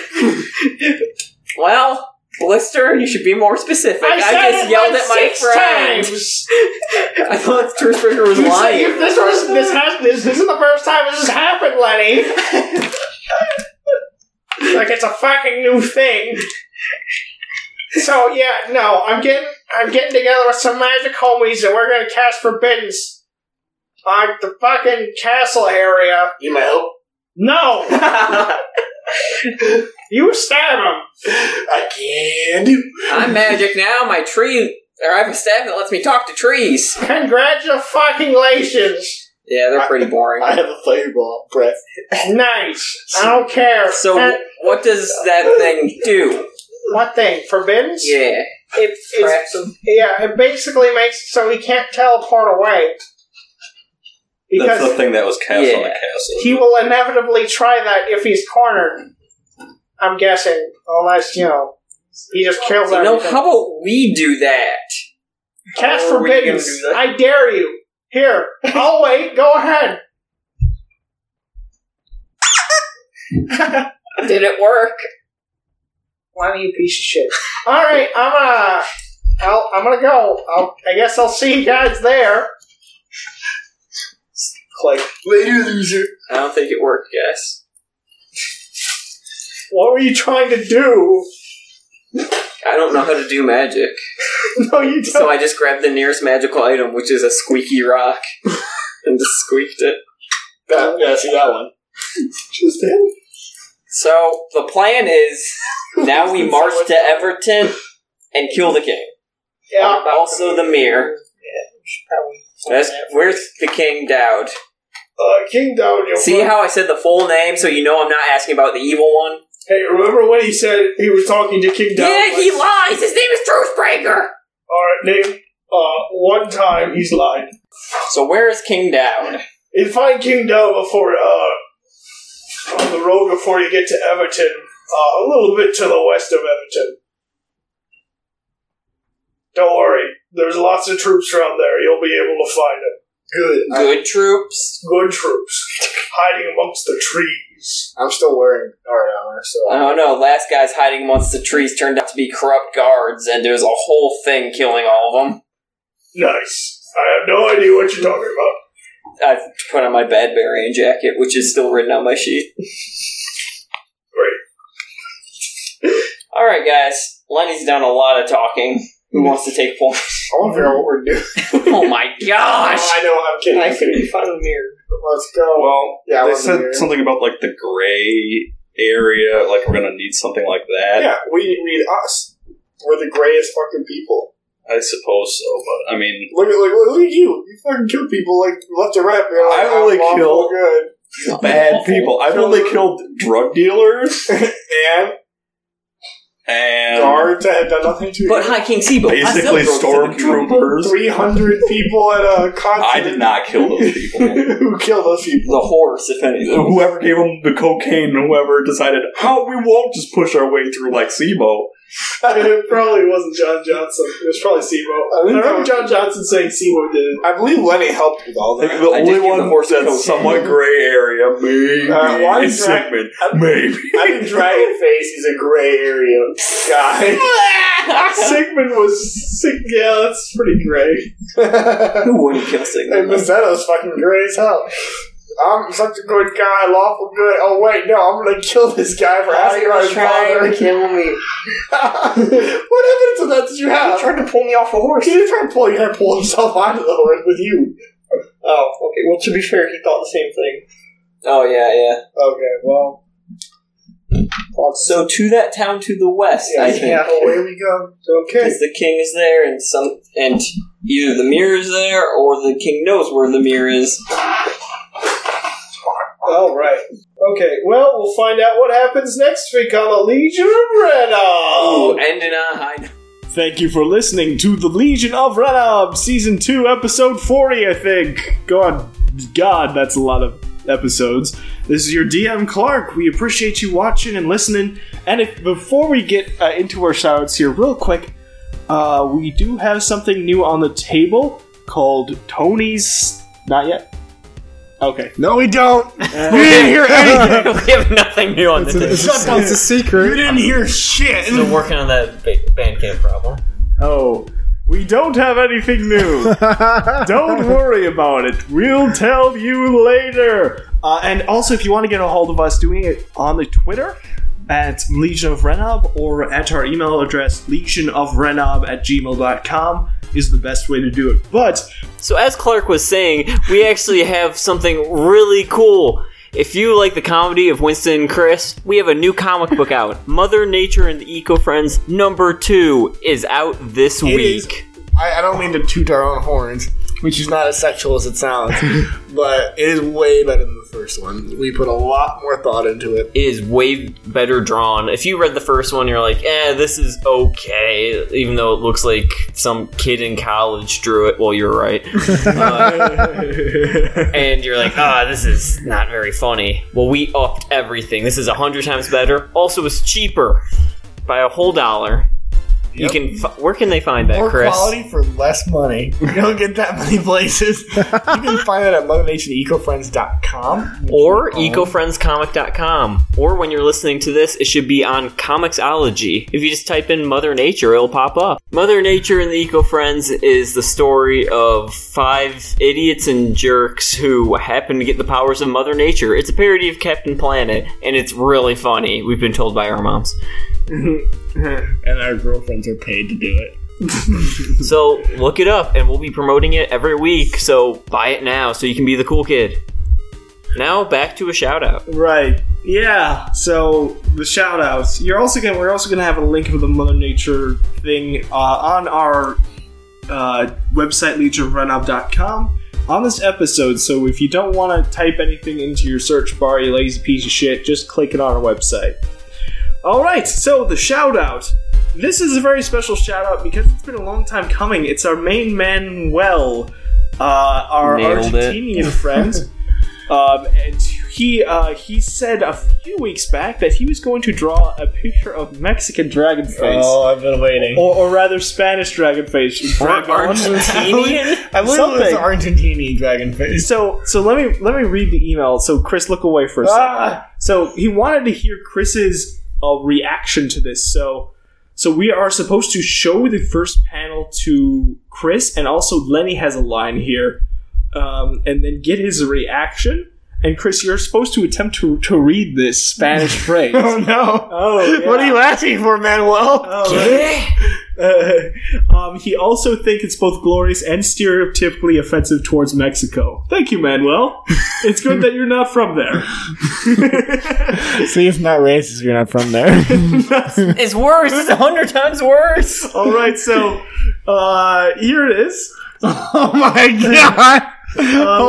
Speaker 4: Well, Blister, you should be more specific. I,
Speaker 3: said
Speaker 4: just
Speaker 3: it
Speaker 4: yelled
Speaker 3: like
Speaker 4: at my
Speaker 3: six
Speaker 4: friend.
Speaker 3: times.
Speaker 4: I thought Tursprinter was
Speaker 3: You
Speaker 4: lying.
Speaker 3: see, if this was this has this. This is the first time this has happened, Lenny. like it's a fucking new thing. So yeah, no, I'm getting I'm getting together with some magic homies and we're gonna cast forbiddance on the fucking castle area.
Speaker 2: You might help.
Speaker 3: No, you stab him.
Speaker 2: I can do.
Speaker 4: I'm magic now. My tree, or I have a staff that lets me talk to trees.
Speaker 3: Congratulations.
Speaker 4: Yeah, they're pretty boring.
Speaker 2: I have a fireball breath.
Speaker 3: Nice. I don't care.
Speaker 4: So,
Speaker 3: Eh,
Speaker 4: what does that thing do?
Speaker 3: what thing? Forbiddance?
Speaker 4: Yeah,
Speaker 3: It, it's,
Speaker 11: Tracks him.
Speaker 3: yeah, it basically makes it so he can't teleport away.
Speaker 6: That's the
Speaker 3: Because
Speaker 6: thing that was cast on the
Speaker 4: Yeah.
Speaker 6: castle.
Speaker 3: he will inevitably try that if he's cornered. I'm guessing. Unless, you know, he just kills
Speaker 4: you know,
Speaker 3: everything.
Speaker 4: how about we do that?
Speaker 3: Cast
Speaker 11: How are we gonna
Speaker 3: forbiddance.
Speaker 11: do that?
Speaker 3: I dare you. Here. I'll wait. Go ahead.
Speaker 4: Did it work?
Speaker 11: Why you piece of shit?
Speaker 3: Alright, I'm gonna... I'll, I'm gonna go. I'll, I guess I'll see you guys there.
Speaker 11: Like,
Speaker 2: Later, loser.
Speaker 4: I don't think it worked, guys.
Speaker 3: What were you trying to do?
Speaker 4: I don't know how to do magic,
Speaker 3: No, you don't.
Speaker 4: so I just grabbed the nearest magical item, which is a squeaky rock, and just squeaked it.
Speaker 2: That, yeah, see that one. Just him.
Speaker 4: So the plan is now we march to Everton and kill the king.
Speaker 3: yeah.
Speaker 4: Also the mirror.
Speaker 11: probably.
Speaker 4: That's, where's the king Dowd?
Speaker 3: Uh, King Dodo.
Speaker 4: See how I said the full name, so you know I'm not asking about the evil one.
Speaker 3: Hey, remember when he said he was talking to King Down?
Speaker 4: lies. His name is Truthbreaker.
Speaker 3: All right, Nate. Uh, one time he's lied.
Speaker 4: So where is King Dowd?
Speaker 12: Uh,
Speaker 3: And find King Dow before uh on the road before you get to Everton. Uh, a little bit to the west of Everton. Don't worry, there's lots of troops around there. You'll be able to find them.
Speaker 2: Good. I,
Speaker 4: Good troops.
Speaker 3: Good troops hiding amongst the trees.
Speaker 2: I'm still wearing our armor, so.
Speaker 4: I don't know. Last guy's hiding amongst the trees turned out to be corrupt guards, and there's a whole thing killing all of them.
Speaker 3: Nice. I have no idea what you're talking about.
Speaker 4: I put on my Badbarian jacket, which is still written on my sheet.
Speaker 3: Great.
Speaker 4: All right, guys. Lenny's done a lot of talking. Who wants to take point?
Speaker 2: I want to figure out what we're doing.
Speaker 4: oh my gosh!
Speaker 2: I know, I'm kidding.
Speaker 11: I could be fun in the mirror.
Speaker 2: Let's go.
Speaker 6: Well,
Speaker 2: Yeah, I
Speaker 6: they
Speaker 2: wasn't
Speaker 6: said
Speaker 2: here.
Speaker 6: something about like the gray area, like we're gonna need something like that.
Speaker 2: yeah, we need us. We're the grayest fucking people.
Speaker 6: I suppose so, but I mean,
Speaker 2: Look at look, look, look at you. You fucking kill people like left and right, man. Like,
Speaker 6: I only
Speaker 2: I'm awful
Speaker 6: kill-
Speaker 2: good.
Speaker 6: bad people. I've only killed drug dealers
Speaker 2: and
Speaker 6: and
Speaker 2: guards that have done nothing to
Speaker 4: But
Speaker 2: you.
Speaker 4: High King Sibo,
Speaker 6: basically stormtroopers.
Speaker 2: Three hundred people at a concert.
Speaker 6: I did not kill those people.
Speaker 2: Who killed those people?
Speaker 4: The horse, if anything.
Speaker 6: whoever gave them the cocaine, whoever decided, how we won't just push our way through like SIBO.
Speaker 2: it probably wasn't John Johnson. It was probably Sebo. I,
Speaker 7: think
Speaker 2: remember
Speaker 7: so.
Speaker 2: John Johnson saying Sebo did it.
Speaker 7: I believe Lenny helped with all that.
Speaker 12: The only one that's somewhat gray area, maybe,
Speaker 7: Alright, Uh, why
Speaker 12: is
Speaker 7: is that-
Speaker 12: Sigmund. Maybe.
Speaker 7: I think Dragon Face is a gray area guy.
Speaker 2: Sigmund was Sig- yeah, that's pretty great.
Speaker 11: Who wouldn't kill Sigmund?
Speaker 7: and Mazzetto's fucking gray as hell. I'm such a good guy, lawful good. Oh wait, no, I'm gonna kill this guy
Speaker 1: Oh,
Speaker 7: for asking about his father.
Speaker 9: trying to kill me.
Speaker 7: what evidence of that did you
Speaker 9: He
Speaker 7: have?
Speaker 9: tried to pull me off a horse.
Speaker 7: He didn't try to pull. He tried to pull himself onto the horse with you.
Speaker 9: Oh, okay. Well, to be fair, he thought the same thing.
Speaker 11: Oh yeah, yeah.
Speaker 7: Okay, well,
Speaker 11: So to that town to the west, I think,
Speaker 7: yeah. Away oh, we go.
Speaker 11: because the king is there, and some, and either the mirror is there, or the king knows where the mirror is.
Speaker 2: All right. Okay. Well, we'll find out what happens next week on the Legion of
Speaker 11: Oh,
Speaker 2: Renom.
Speaker 11: and in a high.
Speaker 5: Thank you for listening to The Legion of Renob, Season 2, Episode 40, I think. God, God, that's a lot of episodes. This is your DM, Clark. We appreciate you watching and listening. And if, before we get uh, into our shoutouts here, real quick, uh, we do have something new on the table called Tony's. Not yet? Okay.
Speaker 18: No, we don't.
Speaker 5: Uh,
Speaker 18: you didn't hear anything.
Speaker 4: we have nothing new on the table.
Speaker 18: Shut up. It's a secret. You didn't hear shit.
Speaker 4: Still working on that ba- Bandcamp problem.
Speaker 5: Oh, we don't have anything new. don't worry about it. We'll tell you later. Uh, and also, if you want to get a hold of us, doing it on the Twitter at Legion of Renob or at our email address, legionofrenob at gmail.com is the best way to do it. But
Speaker 4: So, as Clark was saying, we actually have something really cool. If you like the comedy of Winston and Chris, we have a new comic book out. Mother Nature and the Eco Friends number two is out this
Speaker 18: It
Speaker 4: week.
Speaker 18: is. I, I don't mean to toot our own horns, which is not as sexual as it sounds, but it is way better than the first one. We put a lot more thought into it.
Speaker 4: It is way better drawn. If you read the first one, you're like, eh, this is okay, even though it looks like some kid in college drew it. Well, you're right. Uh, and you're like, ah, this is not very funny. Well, we upped everything. This is a hundred times better. Also, it's cheaper by a whole dollar. You can. Fi- where can they find that,
Speaker 18: More
Speaker 4: Chris?
Speaker 18: quality for less money. You don't get that many places. you can find it at motivationecofriends.com.
Speaker 4: Or ecofriendscomic.com. Or when you're listening to this, it should be on Comicsology. If you just type in Mother Nature, it'll pop up. Mother Nature and the Eco Friends is the story of five idiots and jerks who happen to get the powers of Mother Nature. It's a parody of Captain Planet, and it's really funny. We've been told by our moms.
Speaker 18: And our girlfriends are paid to do it.
Speaker 4: so look it up, and we'll be promoting it every week. So buy it now so you can be the cool kid. Now back to a shout out.
Speaker 5: Right. Yeah. So the shout outs. You're also gonna we're also gonna have a link for the Mother Nature thing uh, on our uh, website legionofrunoff.com on this episode. So if you don't want to type anything into your search bar, you lazy piece of shit, just click it on our website. All right. So the shout out. This is a very special shout out because it's been a long time coming. It's our main man, Well, uh, our
Speaker 4: Nailed it.
Speaker 5: Argentinian friend. Um, and he uh, he said a few weeks back that he was going to draw a picture of Mexican dragon face,
Speaker 4: Oh,
Speaker 18: I've been waiting.
Speaker 5: or, or rather Spanish dragon face.
Speaker 4: Argentinian?
Speaker 18: I believe it was
Speaker 5: Something.
Speaker 18: Argentinian dragon face.
Speaker 5: So so let me let me read the email. So Chris, look away for a second.
Speaker 1: Ah!
Speaker 5: So he wanted to hear Chris's uh, reaction to this. So so we are supposed to show the first panel to Chris, and also Lenny has a line here, um, and then get his reaction. And Chris, you're supposed to attempt to, to read this Spanish phrase.
Speaker 18: Oh no!
Speaker 5: Oh, yeah.
Speaker 18: What are you asking for, Manuel?
Speaker 5: Oh, uh, um, he also thinks it's both glorious and stereotypically offensive towards Mexico. Thank you, Manuel. it's good that you're not from there.
Speaker 18: See, it's not racist. You're not from there.
Speaker 4: It's worse. It's a hundred times worse.
Speaker 5: All right, so uh, here it is. Uh,
Speaker 18: oh my god!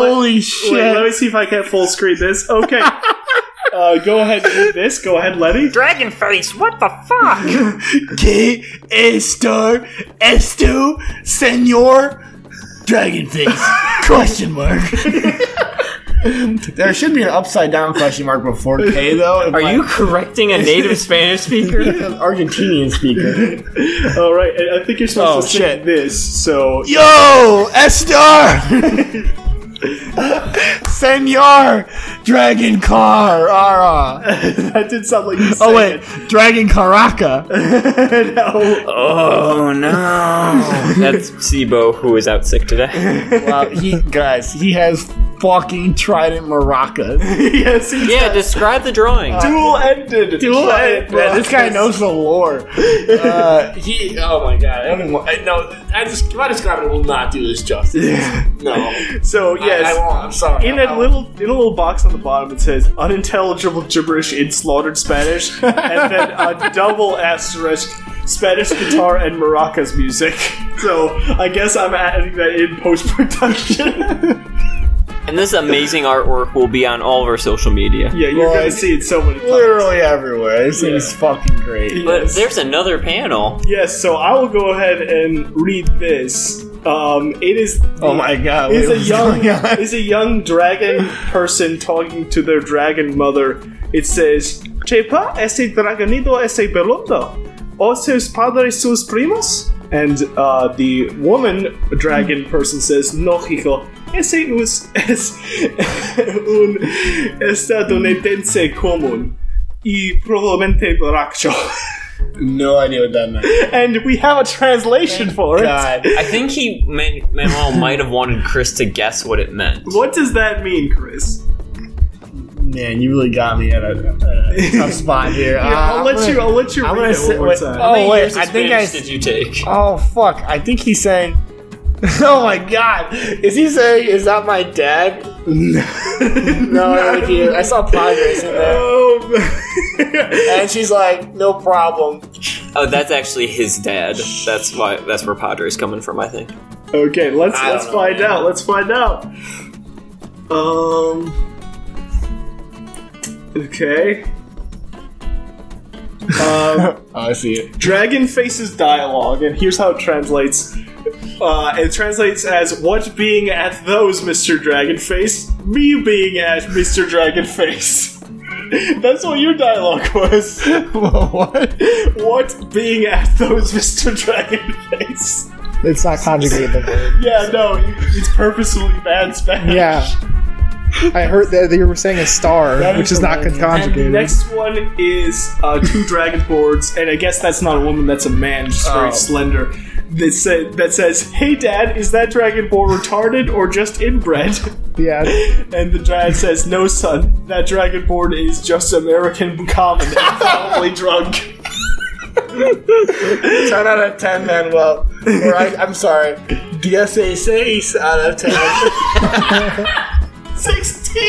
Speaker 18: Holy shit!
Speaker 5: Wait, let me see if I can full screen this. Okay. Uh, go ahead and do this. Go ahead, Lenny.
Speaker 4: Dragon face. What the fuck?
Speaker 18: ¿Qué esto? Esto, señor? Dragon face? Question mark.
Speaker 1: There should be an upside down question mark before K, though.
Speaker 4: Are you correcting a native Spanish speaker?
Speaker 1: Argentinian speaker.
Speaker 2: All right, and I think you're supposed
Speaker 1: Oh,
Speaker 2: to say this. So
Speaker 1: Yo, Estar! Senor Dragon Car Ara!
Speaker 2: that did sound like you
Speaker 1: Oh,
Speaker 2: sang
Speaker 1: wait, Dragon Caraca.
Speaker 2: it. no.
Speaker 4: Oh no! That's Sibo, who is out sick today.
Speaker 1: Wow, he, guys, he has fucking trident maracas.
Speaker 2: yes, he
Speaker 4: Yeah, describe the drawing.
Speaker 2: dual ended.
Speaker 1: Dual
Speaker 2: Trident
Speaker 1: Man, this guy
Speaker 2: maracas.
Speaker 1: knows the lore. Uh, he, oh my god, I don't even want, I, no, I just, if I describe it, it will not do this justice. No.
Speaker 2: So
Speaker 1: I-
Speaker 2: yes,
Speaker 1: I, won't, I'm sorry.
Speaker 2: in
Speaker 1: I'll-
Speaker 2: a little in a little box on the bottom it says unintelligible gibberish in slaughtered Spanish, and then a double asterisk Spanish guitar and maracas music. So I guess I'm adding that in post production.
Speaker 4: And this amazing artwork will be on all of our social media.
Speaker 2: yeah, you're gonna
Speaker 1: Like,
Speaker 2: see it so many times.
Speaker 1: literally everywhere. This thing is fucking great.
Speaker 4: But
Speaker 2: Yes.
Speaker 4: there's another panel.
Speaker 2: Yes, so I will go ahead and read this. Um, it is
Speaker 1: Oh my god,
Speaker 2: is
Speaker 1: wait,
Speaker 2: a
Speaker 1: what's
Speaker 2: young
Speaker 1: going on?
Speaker 2: is a young dragon person talking to their dragon mother. It says, "Chepa ese dragonito ese peludo, o sus padres sus primos." And uh, the woman dragon person says, "No hijo, ese us es un estadounidense común y probablemente borracho."
Speaker 1: No idea what that meant.
Speaker 2: and we have a translation for it.
Speaker 1: God.
Speaker 4: I think he Man- Manuel might have wanted Chris to guess what it meant.
Speaker 2: What does that mean, Chris?
Speaker 1: Man, you really got me at a, at a tough spot here. Uh,
Speaker 2: Here, I'll let you. I'll let you
Speaker 1: I'm
Speaker 2: read
Speaker 1: gonna
Speaker 2: it
Speaker 1: sit-
Speaker 2: one more
Speaker 1: wait,
Speaker 2: time.
Speaker 1: oh, wait,
Speaker 4: years of
Speaker 1: I think
Speaker 4: Spanish
Speaker 1: I-
Speaker 4: did you take?
Speaker 1: Oh fuck! I think he's saying. Oh my god! Is he saying? Is that my dad? No, no, thank you. I saw progress in there,
Speaker 2: Oh,
Speaker 1: and she's like, "No problem."
Speaker 4: Oh, that's actually his dad. That's why. That's where Padre's coming from. I think.
Speaker 2: okay, let's
Speaker 1: I don't
Speaker 2: let's
Speaker 1: know,
Speaker 2: find out. Let's find out. Um. Okay. Um,
Speaker 1: Oh, I see it.
Speaker 2: Dragon Faces dialogue, and here's how it translates. Uh, it translates as "What being at those, Mister Dragonface? Me being at Mister Dragonface." That's what your dialogue was.
Speaker 1: what?
Speaker 2: What being at those, Mister Dragonface?
Speaker 1: It's not conjugated the word.
Speaker 2: Yeah, no, it's purposefully bad Spanish.
Speaker 5: Yeah. I heard that they were saying a star,
Speaker 2: That
Speaker 5: which
Speaker 2: is
Speaker 5: is not
Speaker 2: amazing.
Speaker 5: conjugated.
Speaker 2: And the next one is uh, two dragon boards, and I guess that's not a woman, that's a man, just very
Speaker 1: Oh.
Speaker 2: slender. That, say, that says, Hey dad, is that dragon board retarded or just inbred?
Speaker 5: yeah.
Speaker 2: And the dad says, No son, that dragon board is just American common and probably drunk.
Speaker 1: Ten out of ten, Manuel. Or I, I'm sorry. DSA says out of ten.
Speaker 2: 16?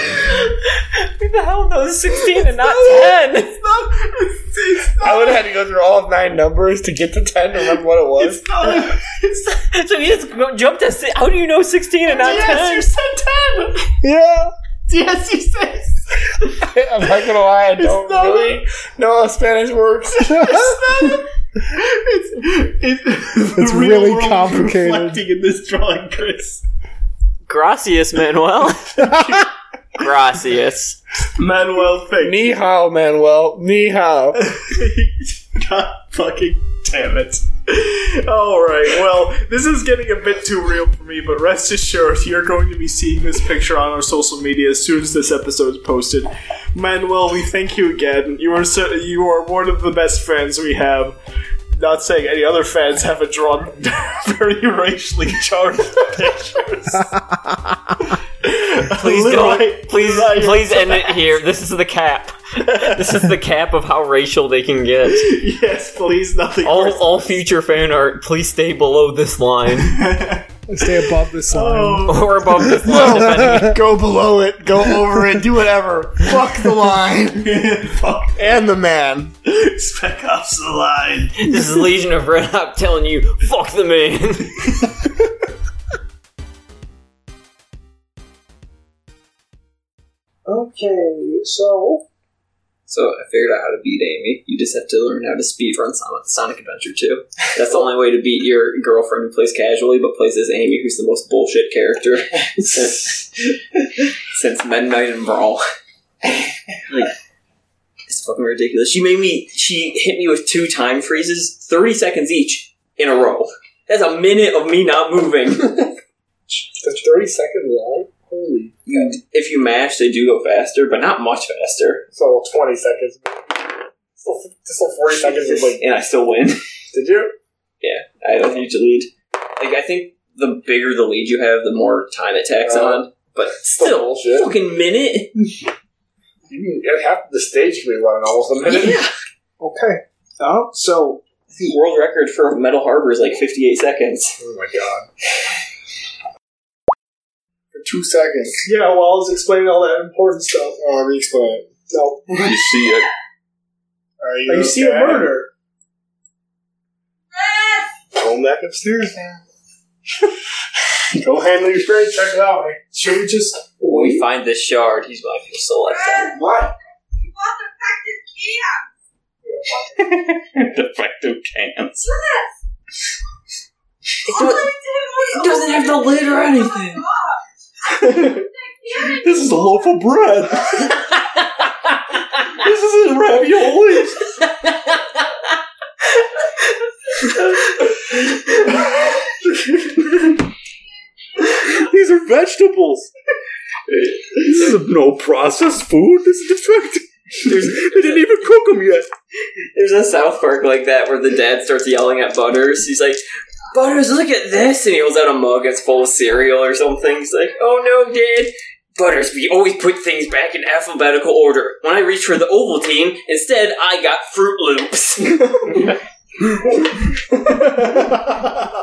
Speaker 4: Who the hell knows sixteen and not ten?
Speaker 1: I would have had to go through all nine numbers to get to ten to remember what it was.
Speaker 4: so he just go- jumped to. si- How do you know sixteen and not ten?
Speaker 1: Yeah. Yes, he says. I'm not gonna lie, I don't really know how Spanish works.
Speaker 2: It's,
Speaker 5: It's
Speaker 2: the
Speaker 5: really
Speaker 2: world
Speaker 5: complicated.
Speaker 2: Reflecting in this drawing, Chris.
Speaker 4: Gracias, Manuel. Gracias.
Speaker 2: Manuel thinks.
Speaker 1: Ni hao, Manuel. Ni hao.
Speaker 2: God fucking damn it. Alright, well, this is getting a bit too real for me, but rest assured, you're going to be seeing this picture on our social media as soon as this episode is posted. Manuel, we thank you again. You are cer- you are one of the best fans we have. Not saying any other fans haven't drawn very racially charged pictures.
Speaker 4: Please
Speaker 2: Literally,
Speaker 4: don't. Please,
Speaker 2: right.
Speaker 4: please end it here. This is the cap. This is the cap of how racial they can get.
Speaker 2: Yes, please, nothing.
Speaker 4: All,
Speaker 2: worse.
Speaker 4: all future fan art, please stay below this line
Speaker 5: Stay above this line.
Speaker 2: Oh.
Speaker 4: or above this line. depending.
Speaker 1: go below it, go over it, do whatever. Fuck the line.
Speaker 2: Fuck.
Speaker 1: And the man.
Speaker 2: Spec Ops the line.
Speaker 4: This is Legion of Red Hawk telling you, fuck the man.
Speaker 19: Okay, so
Speaker 4: So I figured out how to beat Amy. You just have to learn how to speedrun Sonic, Sonic Adventure 2. That's the only way to beat your girlfriend who plays casually but plays as Amy, who's the most bullshit character since, since Midnight and Brawl. like, it's fucking ridiculous. She made me, she hit me with two time freezes, 30 seconds each, in a row. That's a minute of me not moving.
Speaker 7: They're 30 seconds long? Holy.
Speaker 4: You, if you mash, they do go faster, but not much faster.
Speaker 7: So 20 seconds. Still, still 40 seconds of like.
Speaker 4: And I still win.
Speaker 7: Did you?
Speaker 4: Yeah, I have a huge lead. Like I think the bigger the lead you have, the more time it tacks
Speaker 7: Uh,
Speaker 4: on. But still, fucking minute.
Speaker 7: You mean half the stage can be running almost a minute? Yeah. Okay. Oh, so.
Speaker 4: The world record for Metal Harbor is like 58 seconds.
Speaker 7: Oh my god. For two seconds.
Speaker 2: Yeah, while I was explaining all that important stuff.
Speaker 7: Oh, let me explain it.
Speaker 2: No.
Speaker 1: You see it.
Speaker 7: Are you,
Speaker 2: You, you see a
Speaker 7: okay?
Speaker 2: murder.
Speaker 7: Going back upstairs now. Go handle your tray, check it out. man. Should we just.
Speaker 4: When we find this shard, he's like, you'll still like that.
Speaker 7: What?
Speaker 11: Defective cans.
Speaker 4: It doesn't have the lid or anything.
Speaker 11: This is a loaf of bread. this isn't ravioli.
Speaker 1: These are vegetables. This is a no processed food. This is defective. they didn't even cook them yet.
Speaker 4: There's a South Park like that where the dad starts yelling at Butters. He's like, Butters, look at this! And he holds out a mug that's full of cereal or something. He's like, oh no, Dad! Butters, we always put things back in alphabetical order. When I reached for the Ovaltine, instead I got Fruit Loops.